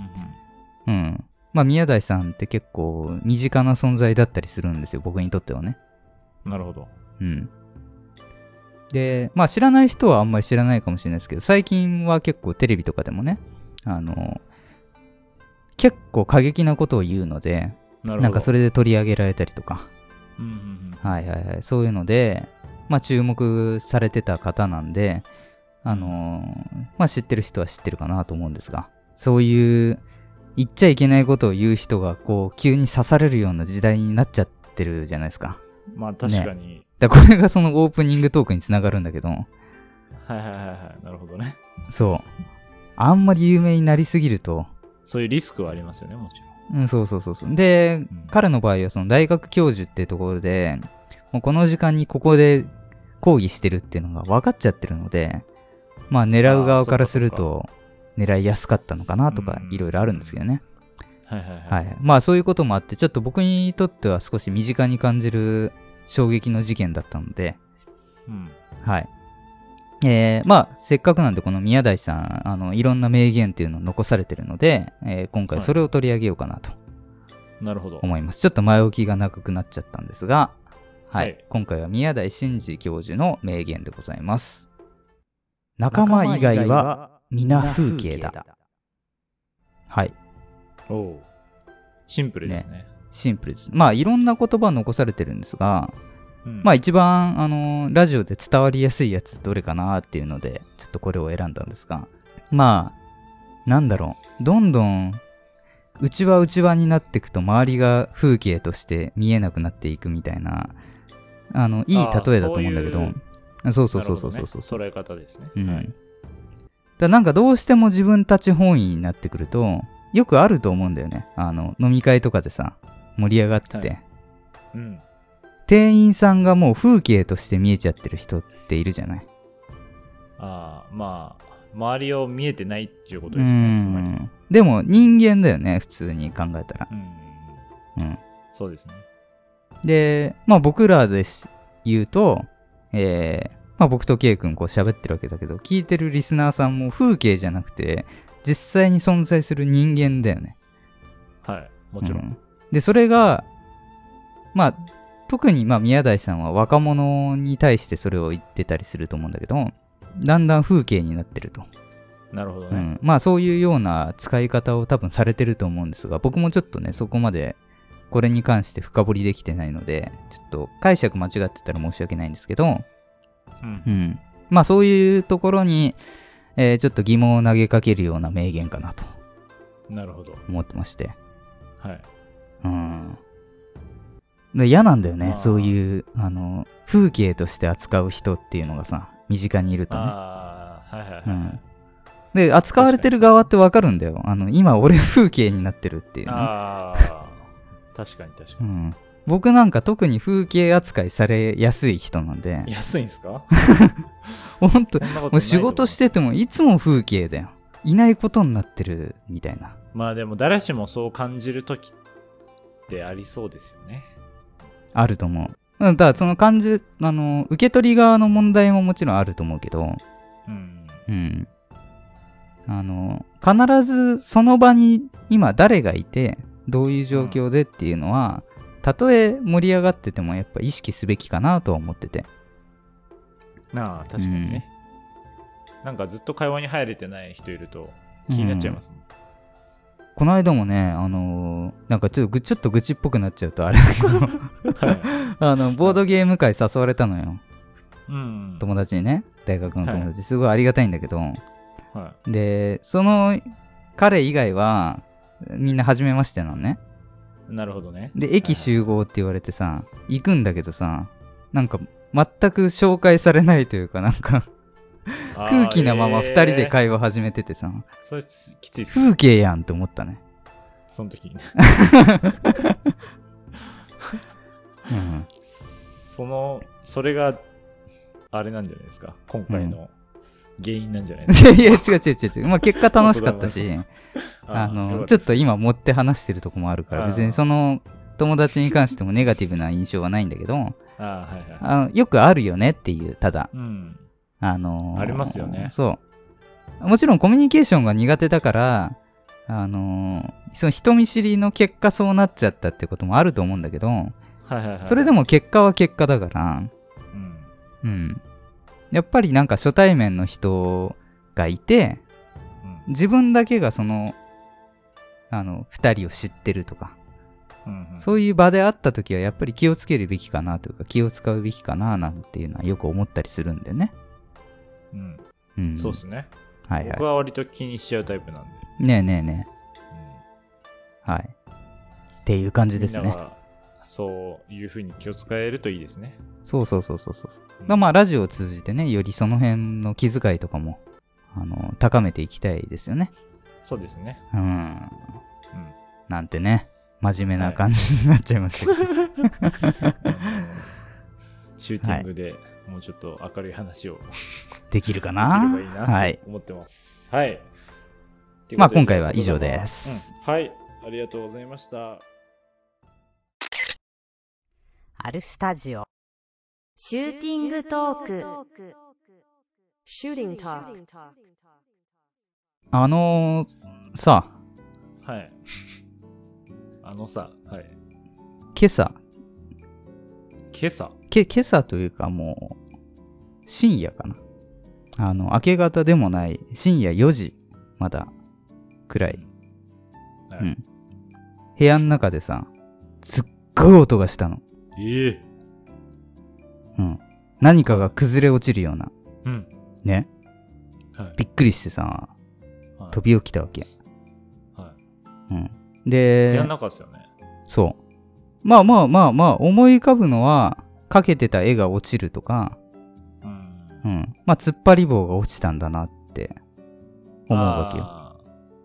うんうん。まあ宮台さんって結構身近な存在だったりするんですよ、僕にとってはね。うん。なるほど。うん。で、まあ知らない人はあんまり知らないかもしれないですけど、最近は結構テレビとかでもね、あの、結構過激なことを言うので、なるほど。なんかそれで取り上げられたりとか、うんうんうん。はいはいはい。そういうので、まあ注目されてた方なんで、あのーまあ知ってる人は知ってるかなと思うんですが、そういう言っちゃいけないことを言う人がこう急に刺されるような時代になっちゃってるじゃないですか。まあ確かに、だからこれがそのオープニングトークにつながるんだけど、はいはいはいはいなるほどねそう。あんまり有名になりすぎると、そういうリスクはありますよねもちろんうん、そうそうそうそう。で、ん彼の場合はその大学教授ってところで、もうこの時間にここで講義してるっていうのが分かっちゃってるので、まあ狙う側からすると狙いやすかったのかなとかうんいろいろあるんですけどね。はいはいはい、はい。まあそういうこともあって、ちょっと僕にとっては少し身近に感じる衝撃の事件だったので、うん、はい。えー、まあ、せっかくなんで、この宮台さん、あの、いろんな名言っていうのを残されてるので、えー今回それを取り上げようかなとなるほど思います。ちょっと前置きが長くなっちゃったんですが、はい。はい今回は宮台真司教授の名言でございます。仲間以外は皆風景だ。はい。おおシンプルですねシンプルです。まあ、いろんな言葉残されてるんですが、うんまあ一番、あのーラジオで伝わりやすいやつどれかなっていうので、ちょっとこれを選んだんですが、まあ、なんだろう、どんどん、内輪内輪になっていくと周りが風景として見えなくなっていくみたいな、あの、いいあー例えだと思うんだけそうどい、そうそうなるほそどうそうねそうそう捉え方ですね、うんはだいからなんかどうしても自分たち本位になってくると、よくあると思うんだよね。あの、飲み会とかでさ、盛り上がってて、はうん、店員さんがもう風景として見えちゃってる人っているじゃない。ああまあ周りを見えてないっていうことですねつまりうんでも人間だよね、普通に考えたら。うんうん、そうですねで、まあ僕らでし言うと、えーまあ僕と K 君こう喋ってるわけだけど、聞いてるリスナーさんも風景じゃなくて、実際に存在する人間だよね。はいもちろん、うんで、それが、まあ、特にまあ宮台さんは若者に対してそれを言ってたりすると思うんだけど、だんだん風景になってると。なるほどうね、ん、まあそういうような使い方を多分されてると思うんですが僕もちょっとねそこまでこれに関して深掘りできてないのでちょっと解釈間違ってたら申し訳ないんですけど、うんうん、まあそういうところに、えーちょっと疑問を投げかけるような名言かなとなるほど思ってまして、はいうん、で嫌なんだよまねあそういうあの風景として扱う人っていうのがさ身近にいるとねああはいはいはい、うんで扱われてる側ってわかるんだよあの今俺風景になってるっていうねああ確かに確かうに、ん、僕なんか特に風景扱いされやすい人なんで安いんすかそんなことないと思い本当もまうす仕事しててもいつも風景だよいないことになってるみたいなまあでも誰しもそう感じる時ってありそうですよねあると思ううんだからその感じあの受け取り側の問題ももちろんあると思うけどうんうんあの必ずその場に今誰がいてどういう状況でっていうのはたとえ盛り上がっててもやっぱ意識すべきかなとは思っててなあ確かにね、なんかずっと会話に入れてない人いると気になっちゃいますもん、この間もね、あのーなんかちょっとぐちょっと愚痴っぽくなっちゃうとあれだ けどはいあの、ボードゲーム会誘われたのよ。うん友達にね、大学の友達、すごいありがたいんだけど。はで、その彼以外は、みんな初めましてなのね。い、なるほどねで、駅集合って言われてさ、行くんだけどさ、なんか全く紹介されないというか、なんか 空気なまま2人で帰る、会話始めててさ、えーそれつきついっす風景やんって思ったね。その時にうん。 そのそれがあれなんじゃないですか今回の原因なんじゃないですいやいや、違う違う違う違う。まあ結果楽しかったし。か、 あよかの、っちたょっと今持って話してるとこもあるかあら、ー別にその友達に関してもネガティブな印象はないんだけど、あーはいはいあのよくあるよねっていう、ただ、うんあのーありますよねそう。もちろんコミュニケーションが苦手だから、あのーその人見知りの結果そうなっちゃったってこともあると思うんだけど、はいはいはいそれでも、も結果は結果だから、うんうん。やっぱりなんか初対面の人がいて、うん自分だけがその、あの、二人を知ってるとか、うんうんそういう場であった時はやっぱり気をつけるべきかなというか気を使うべきかななんていうのはよく思ったりするんでね。うんうん。そうっすね、はいは僕は割と気にしちゃうタイプなんで、い。ねえねえねうんえ。はい。っていう感じですみんねな。がそういうふうに気を使えるといいですね。そうそうそうそうそう。うんまあラジオを通じてね、よりその辺の気遣いとかも、あの、高めていきたいですよね。そうですね。うん。うんなんてね、真面目な感じになっちゃいましたけど。あのシューティングでもうちょっと明るい話をでできるかきれなばいいはないと。思ってます。はい。まあ今回は以上ですうんはい。ありがとうございました。アルスタジオシューティングトーク。 Shooting talk. あのーさ、はい。あのさ、はい。今朝、今朝。け今朝というかもう深夜かなあの明け方でもない深夜4時まだくらいはういん。部屋の中でさ、すっごい音がしたの。ええうん。何かが崩れ落ちるような。うん。ね。はい。びっくりしてさ、はい飛び起きたわけ。はい。うん。部屋での、中ですよね。そう。まあまあまあまあ、思い浮かぶのは、かけてた絵が落ちるとか、うん。うん。まあ、突っ張り棒が落ちたんだなって思うわけよ。あ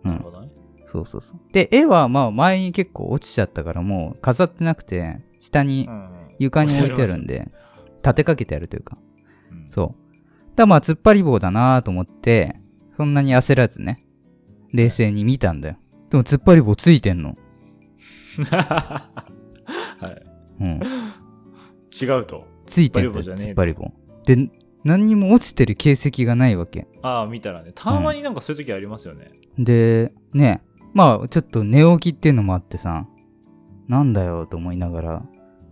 ーうんなるほどね。そうそうそう。で、絵はまあ前に結構落ちちゃったからもう飾ってなくて、下にうん床に置いてあるん。で、立てかけてあるというか。うんそう。だからまあ突っ張り棒だなと思って、そんなに焦らずね、冷静に見たんだよ。でも突っ張り棒ついてんの。はい。 うん。違うと。ついてんだよ、突っ張り棒じゃねえ突っ張り棒。で、何にも落ちてる形跡がないわけ。ああ、見たらね。たまになんかそういう時ありますよね。で、ね、まあちょっと寝起きっていうのもあってさ、なんだよと思いながら、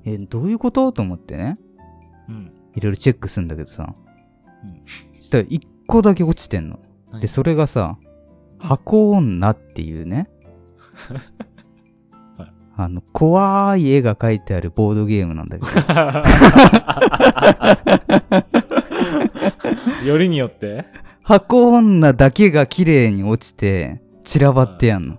え、どういうことと思ってね、 うん。いろいろチェックするんだけどさうん、そしたら一個だけ落ちてんの。何で、それがさ、箱女っていうね はい、あの、怖い絵が描いてあるボードゲームなんだけど、よりによって箱女だけが綺麗に落ちて、散らばってやんの。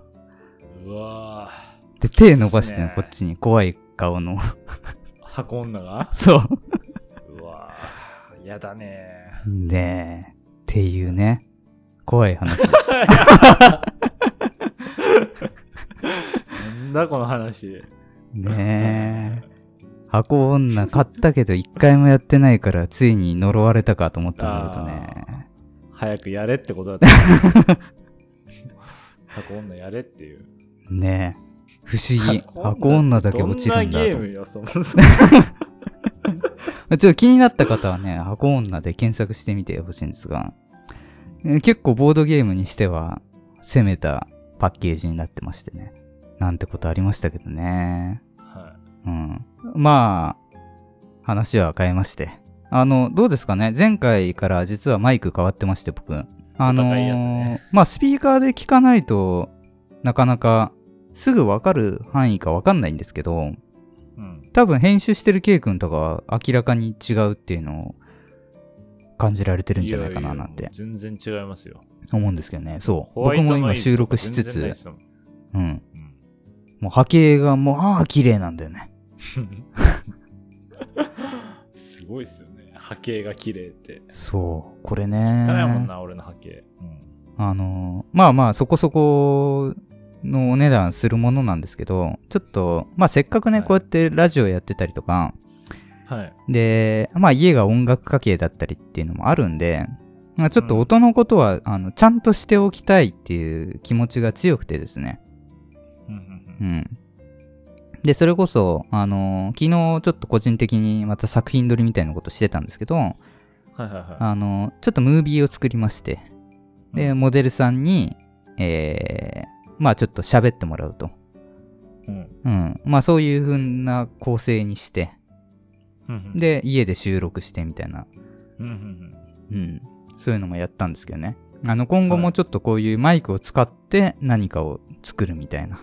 うわぁ。で、手伸ばしてんのいいっすこねっちに怖い顔の。 箱女がそう。うわぁ。やだねねえ。っていうね。怖い話でした。なんだこの話。ねえ。箱女買ったけど一回もやってないからついに呪われたかと思ったんだけどね。早くやれってことだった。箱女やれっていう。ねえ。不思議。箱箱女だけ落ちるんだどんなとゲームよ、そもそ も。ちょっと気になった方はね、箱女で検索してみてほしいんですが、えー結構ボードゲームにしては攻めたパッケージになってましてね。なんてことありましたけどね。はうん。まあ、話は変えまして。あの、どうですかね前回から実はマイク変わってまして、僕。あのお互いやつねまあ、スピーカーで聞かないとなかなかすぐわかる範囲かわかんないんですけど、い。うん。多分編集してる K 君とかは明らかに違うっていうのを感じられてるんじゃないかななやんてやもう全然違いますよ。思うんですけどね。そう。ホワイ僕トもノ今イズ収と録かしつ全然ないっ、つすもんうん。うんもう波形がもう、ああ、綺麗なんだよね。 すごいっすよね。波形が綺麗って。そう。これ汚ね。いもんな、俺の波形。あのまあまあそこそこのお値段するものなんですけど、ちょっと、まあせっかくね、はいこうやってラジオやってたりとか、はい。で、まあ家が音楽家系だったりっていうのもあるんで、まあちょっと音のことは、あの、ちゃんとしておきたいっていう気持ちが強くてですね。うんううんん。で、それこそ、あの昨日ちょっと個人的にまた作品撮りみたいなことしてたんですけど、うんはいはいはあの、ちょっとムービーを作りまして、で、うんモデルさんに、えー、まあちょっと喋ってもらうと。い。うんうん。まあそういう風な構成にして、うんで、家で収録してみたいな、うんうんうんうん。そういうのもやったんですけどね。あの、今後もちょっとこういうマイクを使って何かを作るみたいな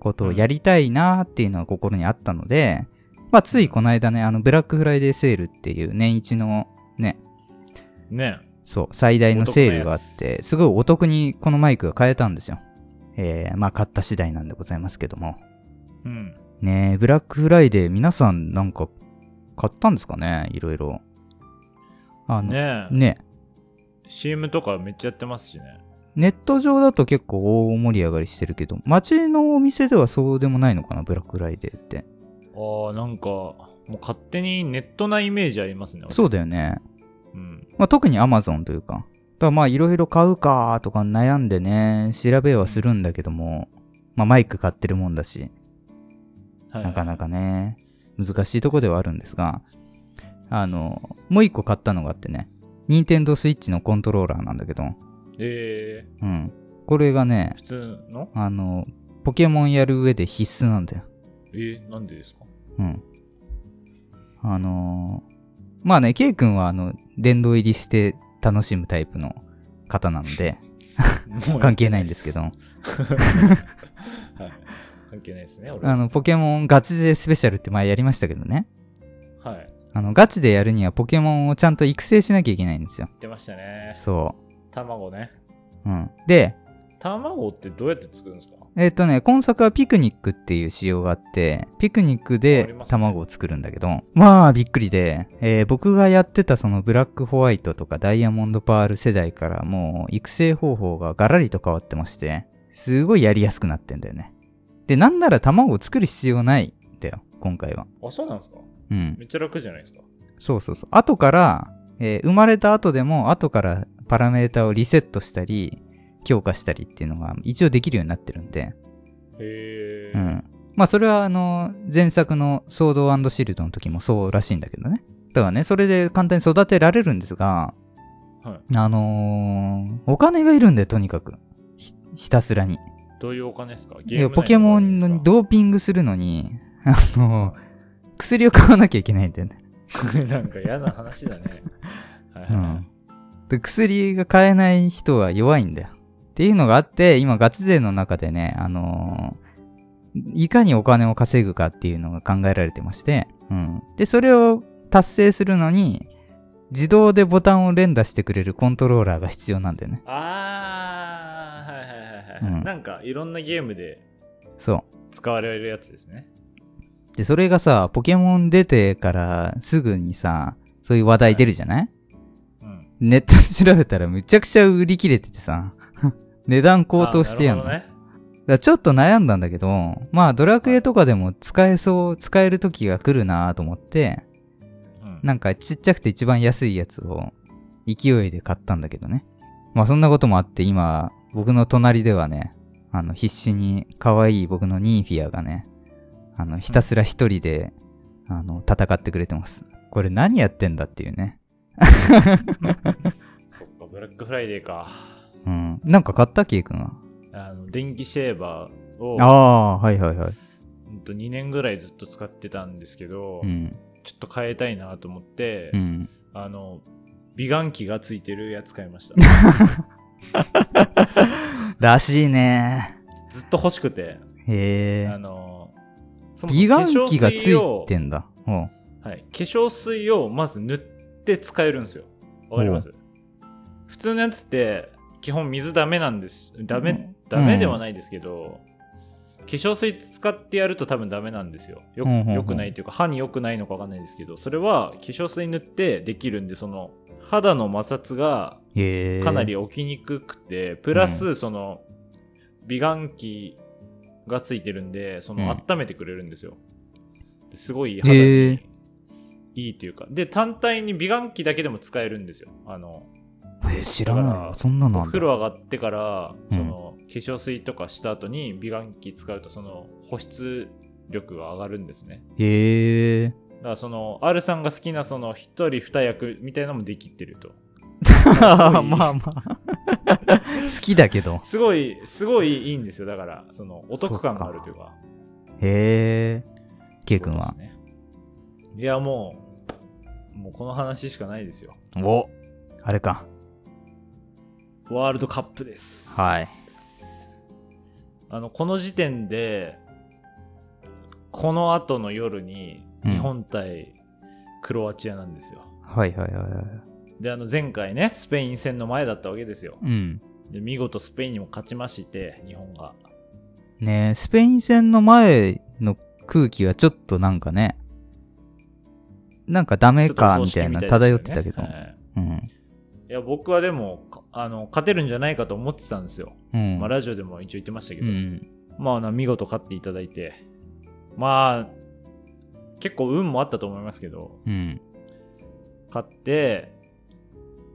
ことをやりたいなーっていうのは心にあったので、まあついこの間ね、あの、ブラックフライデーセールっていう年一のね、ねそう、最大のセールがあお得っなやて、つすごいお得にこのマイクが買えたんですよ。えー、まあ買った次第なんでございますけども。うん。ねえ、ブラックフライデー皆さんなんか買ったんですかねいろいろ。あの、ねねえ。CM とかめっちゃやってますしね。ネット上だと結構大盛り上がりしてるけど、街のお店ではそうでもないのかなブラックフライデーって。ああ、なんか、もう勝手にネットなイメージありますね。俺そうだよね。うん。まあ、特に Amazon というか。だからまあいろいろ買うかとか悩んでね、調べはするんだけども、まあマイク買ってるもんだし、はいなかなかね、難しいとこではあるんですが、あの、もう一個買ったのがあってね、任天堂スイッチのコントローラーなんだけど、えー、うん。これがね普、通のあの、ポケモンやる上で必須なんだよ。えー、なんでですかうん。あのーまあね、ケイ君はあの、殿堂入りして楽しむタイプの方なので、関係ないんですけ。ど、関係ないですね、俺あは。の、ポケモンガチ勢スペシャルって前やりましたけどね。はい。あの、ガチでやるにはポケモンをちゃんと育成しなきゃいけないんですよ。言ってましたね。そ卵ね。う。うん。で、卵ってどうやって作るんですかえっ、とね、今作はピクニックっていう仕様があって、ピクニックありでますね卵を作るんだけど、まあびっくりで、えー僕がやってたそのブラックホワイトとかダイヤモンドパール世代からもう育成方法がガラリと変わってまして、すごいやりやすくなってんだよね。で、なんなら卵を作る必要ないんだよ、今回は。あ、そうなんですかうん。めっちゃ楽じゃないですかそうそうそう。後から、えー生まれた後でも、後からパラメータをリセットしたり、強化したりっていうのが一応できるようになってるんで、へえ。うん。まあそれはあの、前作のソードシールドの時もそうらしいんだけどね。だからね、それで簡単に育てられるんですが、はいあのーお金がいるんで、とにかく。ひひたすらに。どういうお金ですかいゲーム内やのポケモンお金のでドーピングするのに、 あの薬を買わなきゃいけないんだよね。すか なんか嫌な話 だね。はいはういん、で薬が買えない人は弱いんだよ。っていうのがあって、今ガチ勢の中でね、あのーいかにお金を稼ぐかっていうのが考えられてまして、うん、で、それを達成するのに、自動でボタンを連打してくれるコントローラーが必要なんだよね。あー、はいはいはいはい。うんなんかいろんなゲームでそ使われるやつですね。う。で、それがさ、ポケモン出てからすぐにさ、そういう話題出るじゃないうん。ネットで調べたらむちゃくちゃ売り切れててさ、 値段高騰してやんあの。なるほどねだからちょっと悩んだんだけど、まあドラクエとかでも使えそう、使える時が来るなと思って、うんなんかちっちゃくて一番安いやつを勢いで買ったんだけどね。まあそんなこともあって今、僕の隣ではね、あの必死に可愛い僕のニーフィアがね、あのひたすら一人で、あの戦ってくれてます。これ何やってんだっていうね。そっか、ブラックフライデーか。うん。なんか買ったケイ君は。あの、電気シェーバーを、ああ、はいはいはい。うんと2年ぐらいずっと使ってたんですけど、うん。ちょっと変えたいなと思って、うん。あの、美顔器がついてるやつ買いました。らしいね。ずっと欲しくて、へえ。あの、そもそも美化顔粧器がつ水をいてんだ。おうはい。化粧水をまず塗って使えるんですよ。わかります普通のやつって、基本水ダメなんです。ダメ、うんダメではないですけど、化粧水使ってやると多分ダメなんですよ。よく,、うんうんうんよくないというか、歯に良くないのかわかんないですけど、それは化粧水塗ってできるんで、その、肌の摩擦がへえ。かなり起きにくくて、プラスその美顔器がついてるんでそのうん温めてくれるんですよ、ですごい肌へえにいいというかで単体に美顔器だけでも使えるんですよあのえ知らだないかわらそんなのおあん風だ呂上がってからうんその化粧水とかした後に美顔器使うとその保湿力が上がるんですねへ え。だからその R さんが好きなその一人二役みたいなのもできてるとまごあいまあ。 好きだけど。すごいすごいいいんですよだからそのお得感があるというかへえ。ケイ君そはう。ですねいやもうもうこの話しかないですよおあれか。ワールドカップですはい。あのこの時点でこの後の夜にうん日本対クロアチアなんですよ、はいはいはいはい。であの前回ねスペイン戦の前だったわけですようん。で見事スペインにも勝ちまして日本がねえ、スペイン戦の前の空気はちょっとなんかね、なんかダメかみたいなちょっとお漂っ葬式てたけみどいで。すよねうん。はいいや僕はでもかあの勝てるんじゃないかと思ってたんですよ、うん。まあ、ラジオでも一応言ってましたけうど、ん。まあな、見事勝っていただいて、まあ、結構運もあったと思いますけど、うん。勝って、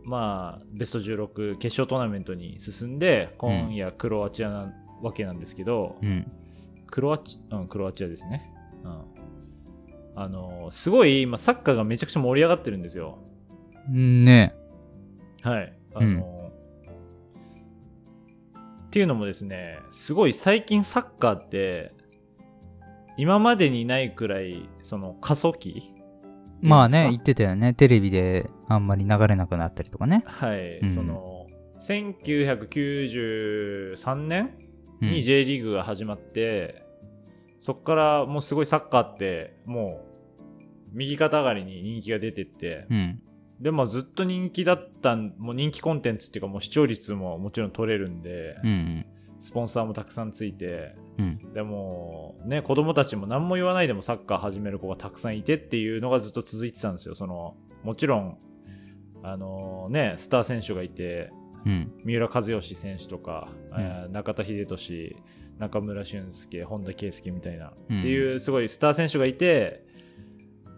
まあ、ベスト16決勝トーナメントに進んで、今夜クロアチアなわけなんですけど、うん。クロアチ、うん、クロアチアですね。うん。あの、すごい今、サッカーがめちゃくちゃ盛り上がってるんですよ。うんねはい。あの、っていうのもですね、すごい最近サッカーって、今までにないくらい、その過疎期え。まあね、いい言んっでてたよね。テレビであんまり流れなくなったりとかねす。かはい、うんその、1993年うんに J リーグが始まって、そっからもうすごいサッカーってもう右肩上がりに人気が出てって、うん。でもずっと人気だったんもう人気コンテンツっていうかもう視聴率ももちろん取れるんで、うん。スポンサーもたくさんついてうん。でもね子供たちも何も言わないでもサッカー始める子がたくさんいてっていうのがずっと続いてたんですよそのもちろんあのねスター選手がいてうん。三浦知良選手とか、んえー中田英寿中村俊輔本田圭佑みたいな、うんっていうすごいスター選手がいて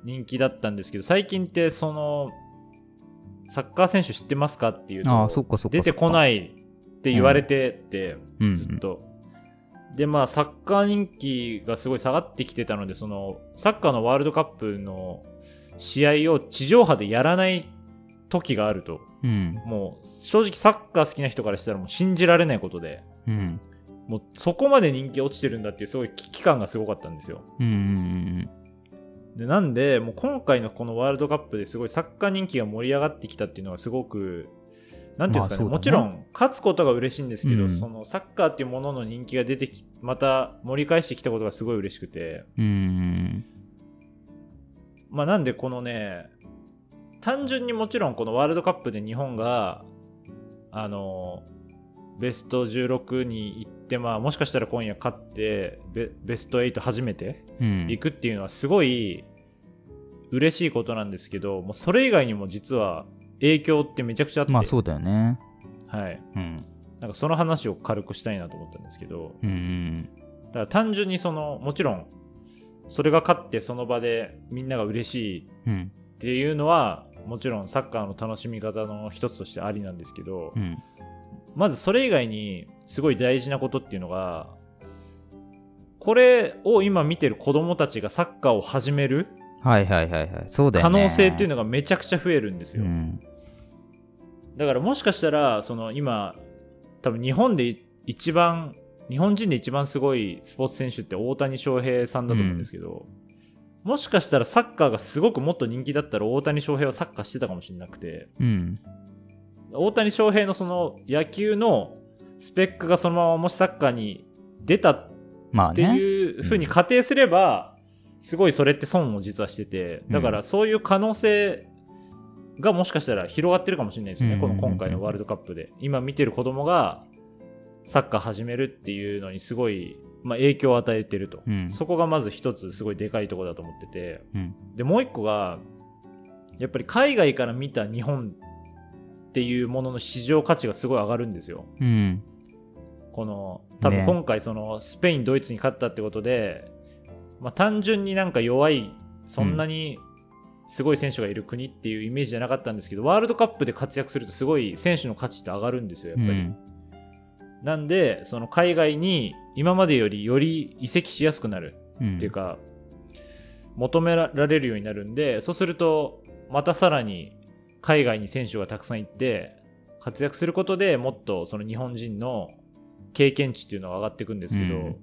人気だったんですけど最近ってそのサッカー選手知ってますかっていうあとあ、そっかそっか。。出てこないいって言われてって、うんずっと。でまあ、サッカー人気がすごい下がってきてたのでそのサッカーのワールドカップの試合を地上波でやらない時があるとうん。もう正直サッカー好きな人からしたらもう信じられないことでうん。もうそこまで人気落ちてるんだっていうすごい危機感がすごかったんですようん。うん。でなんでもう今回のこのワールドカップですごいサッカー人気が盛り上がってきたっていうのはすごくなんていうんですかね,、まあそうだねもちろん勝つことが嬉しいんですけど、うんそのサッカーっていうものの人気が出てきまた盛り返してきたことがすごい嬉しくてうん。まあ、なんでこのね単純にもちろんこのワールドカップで日本があのベスト16に行って、まあ、もしかしたら今夜勝ってベベスト8初めてうん。行くっていうのはすごい嬉しいことなんですけどもうそれ以外にも実は影響ってめちゃくちゃあって、まあそうだよね。はい、うん。なんかその話を軽くしたいなと思ったんですけどうん。だから単純にそのもちろんそれが勝ってその場でみんなが嬉しいうん。っていうのはもちろんサッカーの楽しみ方の一つとしてありなんですけど、うん。まずそれ以外にすごい大事なことっていうのがこれを今見てる子供たちがサッカーを始めるはいはいはいはい。そうだよ可ね。能性っていうののがめちゃくちゃ増えるんですよ、うん。だからもしかしたらその今多分日本で一番日本人で一番すごいスポーツ選手って大谷翔平さんだと思うんですけど、もしかしたらサッカーがすごくもっと人気だったら大谷翔平はサッカーしてたかもしれなくて、うん。大谷翔平のその野球のスペックがそのままもしサッカーに出たっまあてね。いうふうに仮定すれば、すごいそれって損を実はしてて、だかうらそういう可能性がもしかしたら広がってるかもしれないですよね、うんこの今回のワールドカップで。今見てる子供がサッカー始めるっていうのにすごい、まあ、影響を与えてると。うん。そこがまず一つすごいでかいところだと思ってて、うんでもう一個がやっぱり海外から見た日本っていうものの市場価値がすごい上がるんですようん。この多分ね今回そのスペイン、ドイツに勝ったってことで、まあ、単純になんか弱いそんなにすごい選手がいる国っていうイメージじゃなかったんですけど、ワールドカップで活躍するとすごい選手の価値って上がるんですよやうっぱり、ん。なんでその海外に今までよりより移籍しやすくなるうん。っていうか、求められるようになるんで、そうすると、またさらに海外に選手がたくさん行って、活躍することでもっとその日本人の経験値っていうのが上がっていくんですけど、うん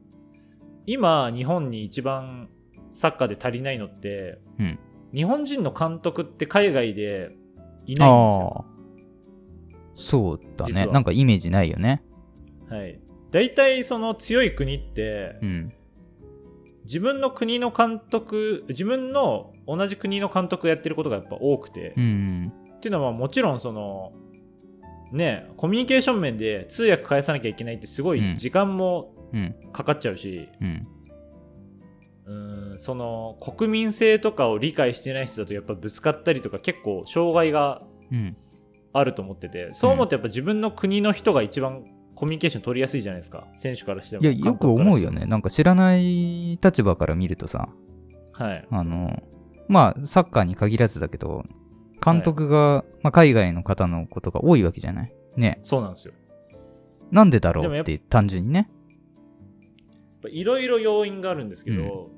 今、日本に一番サッカーで足りないのって、うん日本人の監督って海外でいないんですあよ。あ。そうだ実ね。はなんかイメージないよね。はい、大体その強い国って、うん。自分の国の監督、自分の同じ国の監督がやってることがやっぱ多くて、うん。っていうのはもちろんそのねコミュニケーション面で通訳返さなきゃいけないってすごうんい時間もうん。かかっちゃうし、うん。うーんその国民性とかを理解してない人だとやっぱぶつかったりとか結構障害がうん。あると思っててそう思ってやっぱ自分の国の人が一番コミュニケーション取りやすいじゃないですか選手からしてもいや、よく思うよね。監督なんか知らない立場から見るとさ、からしてもあの、まあ、サッカーに限らずだけど、監督が、まあ、海外の方のことが多いわけじゃないねはい。そうなんですよなんでだろでもうやっっぱて、単純にね。いろいろ要因があるんですけど、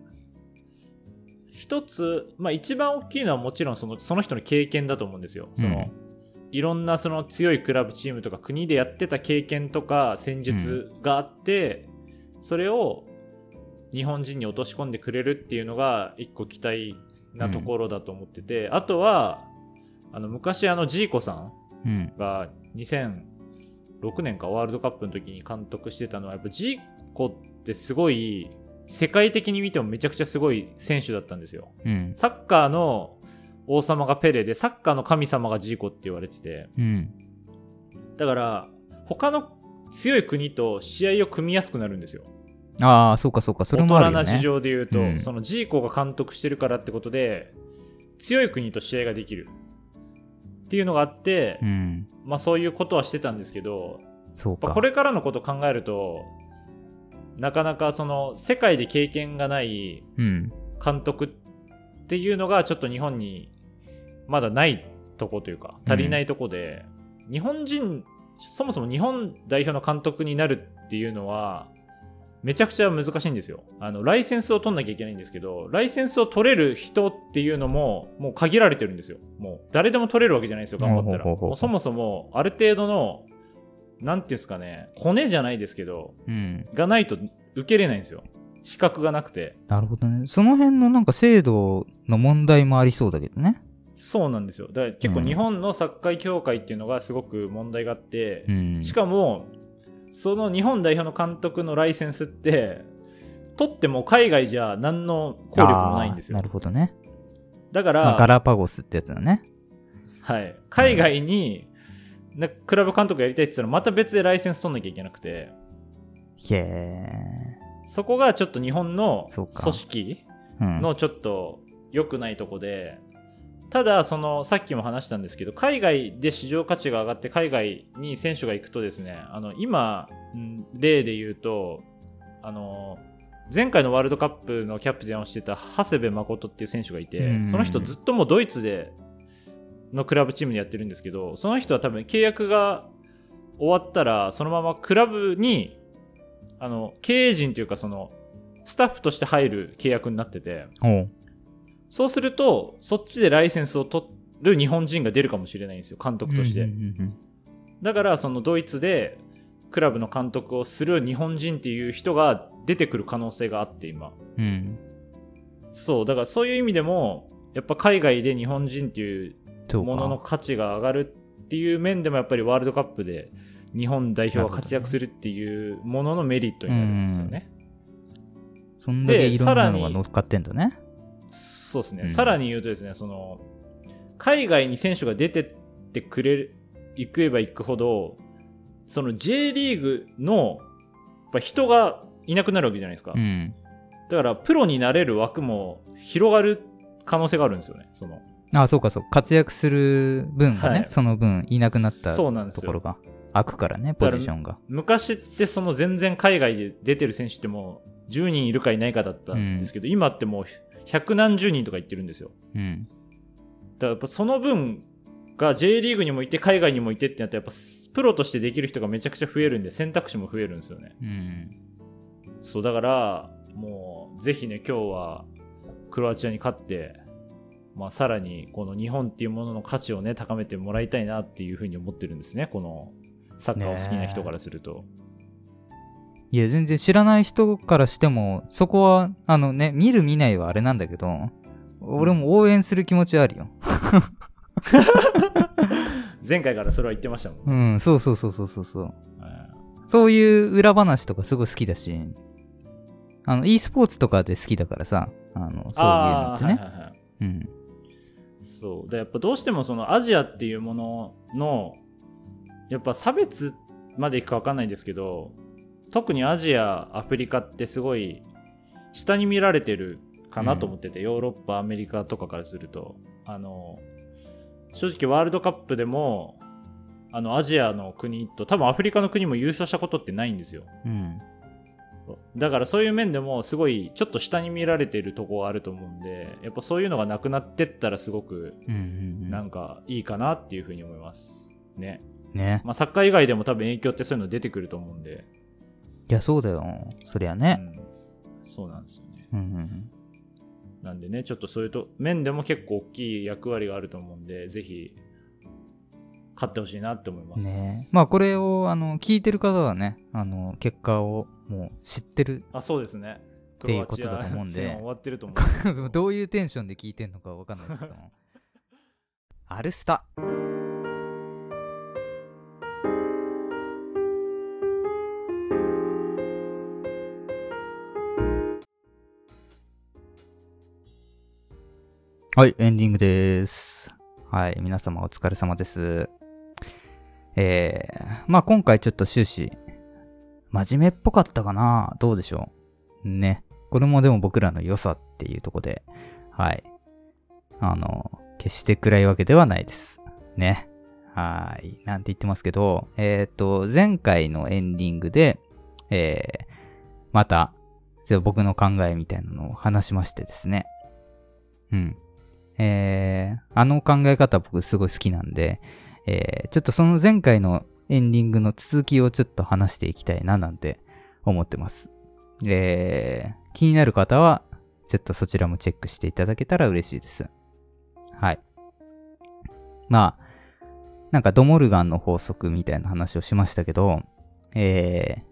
一つ、まあ、一番大きいのはもちろんそのその人の経験だと思うんですよ。そのいろんなその強いクラブチームとか国でやってた経験とか戦術があって、それを日本人に落とし込んでくれるっていうのが一個期待なところだと思ってて、あとはあの昔あのジーコさんうん。が2006年かワールドカップの時に監督してたのはやっぱジーコってすごい世界的に見てもめちゃくちゃすごい選手だったんですよ。うん。サッカーの王様がペレで、サッカーの神様がジーコって言われてて、うん。だから、他の強い国と試合を組みやすくなるんですよ。ああ、そうかそうか、それ大もあ人るよな事ね。情で言うと、うんそのジーコが監督してるからってことで、強い国と試合ができる。っていうのがあって、うん。まあそういうことはしてたんですけど、そうまあか。これからのことを考えると、なかなかその世界で経験がないうん。監督っていうのがちょっと日本にまだないとこというか足りないとこで、日本人そもそも日本代表の監督になるっていうのはめちゃくちゃ難しいんですよあのライセンスを取んなきゃいけないんですけどライセンスを取れる人っていうのももう限られてるんですよもう誰でも取れるわけじゃないんですよ頑張ったらほうほうほうほうもうそもそもある程度のなんていうんですかね骨じゃないですけどうん。がないと受けれないんですよ資格がなくてなるほどね。その辺のなんか制度の問題もありそうだけどね。そうなんですよ。だから結構うん日本のサッカー協会っていうのがすごく問題があってう、ん。しかも、その日本代表の監督のライセンスって、取っても海外じゃ何の効力もないんですよあーな。るほどね。だから、まあ、ガラパゴスってやつだね。はい、海外に、なクラブ監督やりたいって言ったらまた別でライセンス取んなきゃいけなくて、へえ。そこがちょっと日本のそう組か織うん。のちょっと良くないとこで、ただそのさっきも話したんですけど海外で市場価値が上がって海外に選手が行くとですねあの今うん例で言うとあの前回のワールドカップのキャプテンをしてた長谷部誠っていう選手がいて、うんその人ずっともうドイツでのクラブチームでやってるんですけどその人は多分契約が終わったらそのままクラブにあの経営陣というかそのスタッフとして入る契約になってて、おうそうすると、そっちでライセンスを取る日本人が出るかもしれないんですよ、監督として。うんうんうんだから、そのドイツでクラブの監督をする日本人っていう人が出てくる可能性があって、今。うん。うん。そう、だからそういう意味でも、やっぱ海外で日本人っていうそうかものの価値が上がるっていう面でも、やっぱりワールドカップで日本代表が活躍するっていうもののメリットになるんですよね。そんだけでいろんさなのらがに乗っかってんだね。そうですね、うんさらに言うとですねその海外に選手が出てってくれる行けば行くほどその J リーグのやっぱ人がいなくなるわけじゃないですか、うん。だからプロになれる枠も広がる可能性があるんですよねそのああ、そうかそう。活躍する分がね、はいその分いなくなったそとうなんですころよが開くからね、ポジションが。昔ってその全然海外で出てる選手ってもう10人いるかいないかだったんですけど、今ってもう百何十人とか言ってるんですようん。だからやっぱその分が J リーグにもいて海外にもいてってなったらやっぱプロとしてできる人がめちゃくちゃ増えるんで選択肢も増えるんですよねうん。そうだからもうぜひね今日はクロアチアに勝って、まあ、さらにこの日本っていうものの価値をね高めてもらいたいなっていうふうに思ってるんですねこのサッカーを好きな人からすると、いや、全然知らない人からしても、そこは、あのね、見る見ないはあれなんだけど、俺も応援する気持ちはあるよ。前回からそれは言ってましたもん、うん、そうそうそうそうそうそう。うんそういう裏話とかすごい好きだし、あの、e スポーツとかで好きだからさ、あの、そういうのってあね。ーはいはいはいうん。そうでやっぱどうしてもそのアジアっていうもののやっぱ差別までいくか分かんないですけど特にアジアアフリカってすごい下に見られてるかなと思ってて、ヨーロッパアメリカとかからするとあの正直ワールドカップでもあのアジアの国と多分アフリカの国も優勝したことってないんですようん。だからそういう面でもすごいちょっと下に見られてるとこはあると思うんでやっぱそういうのがなくなってったらすごくうんうんなんかいいかなっていうふうに思います。ね。ね。まあ、サッカー以外でも多分影響ってそういうの出てくると思うんで。いや、そうだよ。そりゃうね。ん、そうなんですよね。うんうんなんでね、ちょっとそういうと面でも結構大きい役割があると思うんで、ぜひ、勝ってほしいなって思いまうん。す。ねまあ、これを、あの、聞いてる方はね、あの、結果をもう知ってる。あ、そうですね。ていうことだと思うんでクロアチア戦終わってると思う。 どういうテンションで聞いてんのかわかんないですけども。アルスタ。はい、エンディングです。はい、皆様お疲れ様です。えー、まあ今回ちょっと終始、真面目っぽかったかなどうでしょうね。これもでも僕らの良さっていうとこで、はい。あの、決して暗いわけではないです。ね。はーい。なんて言ってますけど、えっ、ー、と、前回のエンディングで、えー、また、ちょっと僕の考えみたいなのを話しましてですね。うん。えー、あの考え方僕すごい好きなんで、えー、ちょっとその前回のエンディングの続きをちょっと話していきたいななんて思ってます。えー、気になる方は、ちょっとそちらもチェックしていただけたら嬉しいです。はい。まあ、なんかドモルガンの法則みたいな話をしましたけど、えー、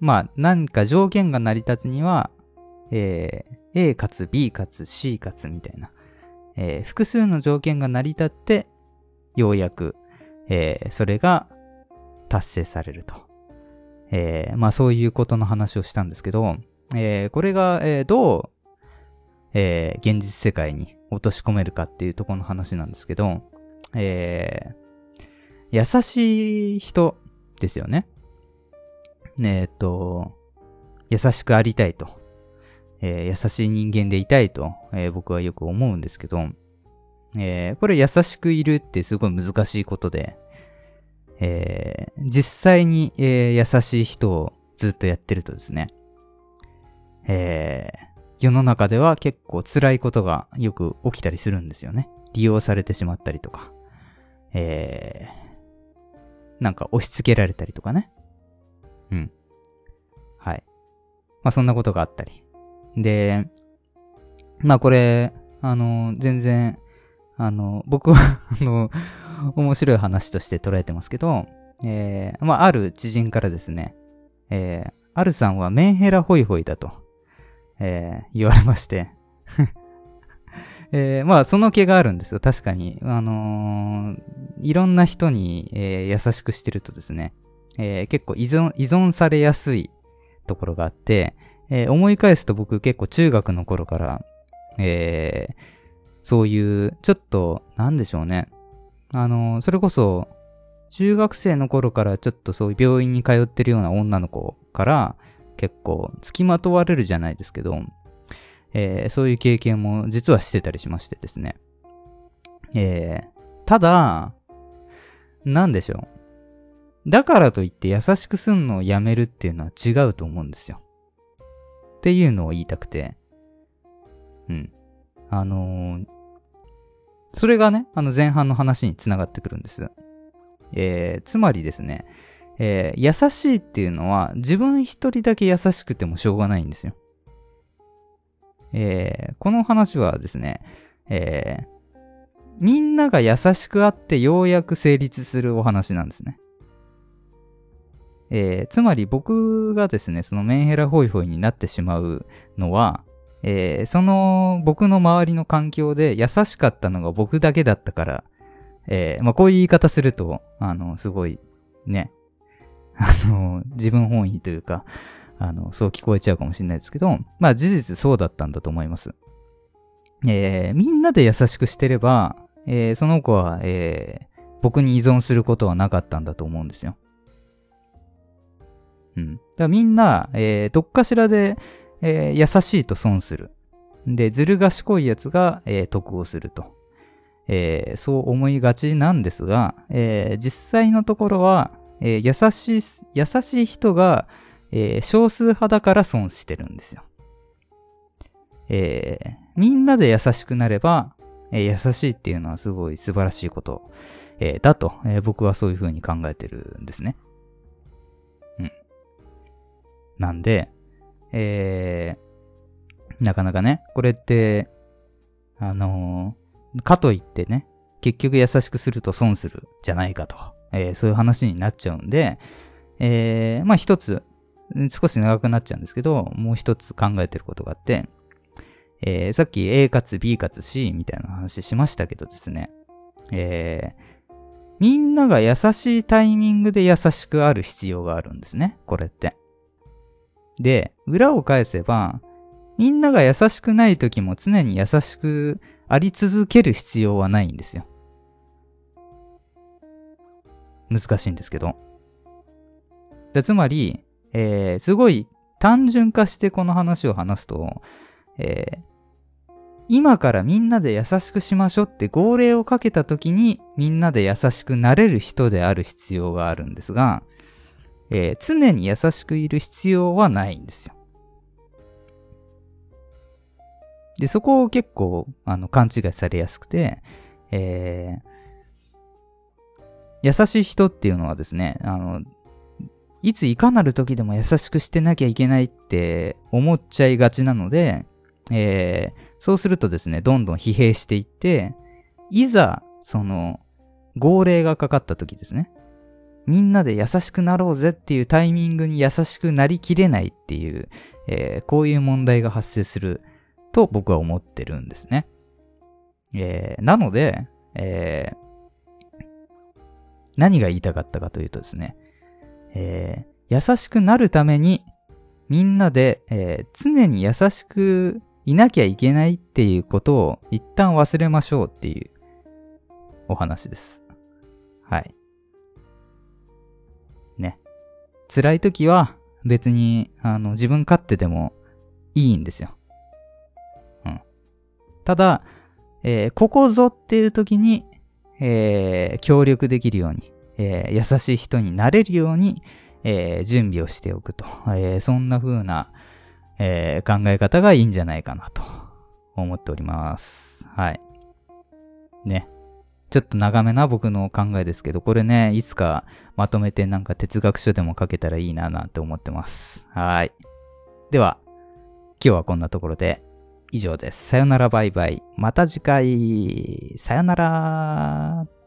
まあ、何か条件が成り立つには、えー A かつ B かつ C かつみたいな、えー複数の条件が成り立って、ようやく、えーそれが達成されると。えーまあ、そういうことの話をしたんですけど、えーこれが、えーどう、えー現実世界に落とし込めるかっていうところの話なんですけど、えー優しい人ですよね。えーっと、優しくありたいと、えー優しい人間でいたいと、えー僕はよく思うんですけど、えーこれ優しくいるってすごい難しいことで、えー実際に、えー優しい人をずっとやってるとですね、えー世の中では結構辛いことがよく起きたりするんですよね。利用されてしまったりとか、えーなんか押し付けられたりとかね。うん。はい。まあそんなことがあったり。で、まあこれ、あの、全然、あの、僕は、あの、面白い話として捉えてますけど、えー、まあある知人からですね、えー、あるさんはメンヘラホイホイだと、えー、言われまして、 えー、まあその気があるんですよ、確かに。あのーいろんな人に、えー優しくしてるとですね、えー結構依存依存されやすいところがあって、えー思い返すと僕結構中学の頃から、えーそういうちょっとなんでしょうねあのそれこそ中学生の頃からちょっとそういう病院に通ってるような女の子から結構付きまとわれるじゃないですけど、えーそういう経験も実はしてたりしましてですね、えーただなんでしょうだからといって優しくすんのをやめるっていうのは違うと思うんですよ。っていうのを言いたくて。うん。あのーそれがね、あの前半の話につながってくるんです。えー、つまりですね、えー優しいっていうのは自分一人だけ優しくてもしょうがないんですよ。えーこの話はですね、えーみんなが優しくあってようやく成立するお話なんですね。えーつまり僕がですね、そのメンヘラホイホイになってしまうのは、えーその僕の周りの環境で優しかったのが僕だけだったから、えーまあ、こういう言い方すると、あの、すごい、ね、 あの、自分本位というか、あの、そう聞こえちゃうかもしれないですけど、まあ事実そうだったんだと思います。えーみんなで優しくしてれば、えーその子は、えー僕に依存することはなかったんだと思うんですよ。うん。だからみんな、えーどっかしらで、えー優しいと損する。で、ずる賢いやつが、えー得をすると。えーそう思いがちなんですが、えー実際のところは、えー優しいす、優しい人が、えー少数派だから損してるんですよ。えーみんなで優しくなれば、えー優しいっていうのはすごい素晴らしいこと、えーだと、えー僕はそういうふうに考えてるんですね。なんで、えー、なかなかね、これって、あのーかといってね、結局優しくすると損するじゃないかと、えーそういう話になっちゃうんで、えーまあ一つ、うん少し長くなっちゃうんですけど、もう一つ考えてることがあって、えーさっき A かつ B かつ C みたいな話しましたけどですね、えーみんなが優しいタイミングで優しくある必要があるんですね、これって。で、裏を返せば、みんなが優しくない時も常に優しくあり続ける必要はないんですよ。難しいんですけど。でつまり、えーすごい単純化してこの話を話すと、えー今からみんなで優しくしましょうって号令をかけた時にみんなで優しくなれる人である必要があるんですが、えー常に優しくいる必要はないんですよ。で、そこを結構あの勘違いされやすくて、えー優しい人っていうのはですね、あの、いついかなる時でも優しくしてなきゃいけないって思っちゃいがちなので、えーそうするとですね、どんどん疲弊していって、いざ、その、号令がかかった時ですね。みんなで優しくなろうぜっていうタイミングに優しくなりきれないっていう、えーこういう問題が発生すると僕は思ってるんですね。えーなので、えー何が言いたかったかというとですね、えー優しくなるためにみんなで、えー常に優しくいなきゃいけないっていうことを一旦忘れましょうっていうお話です。はい。ね。辛い時は別にあの自分勝手でもいいんですよ。うん。ただ、えーここぞっていう時に、えー協力できるように、えー優しい人になれるように、えー準備をしておくと。えーそんな風な、えー考え方がいいんじゃないかなと思っております。はい。ね。ちょっと長めな僕の考えですけど、これね、いつかまとめてなんか哲学書でも書けたらいいななんて思ってます。はい。では、今日はこんなところで以上です。さよならバイバイ。また次回。さよなら。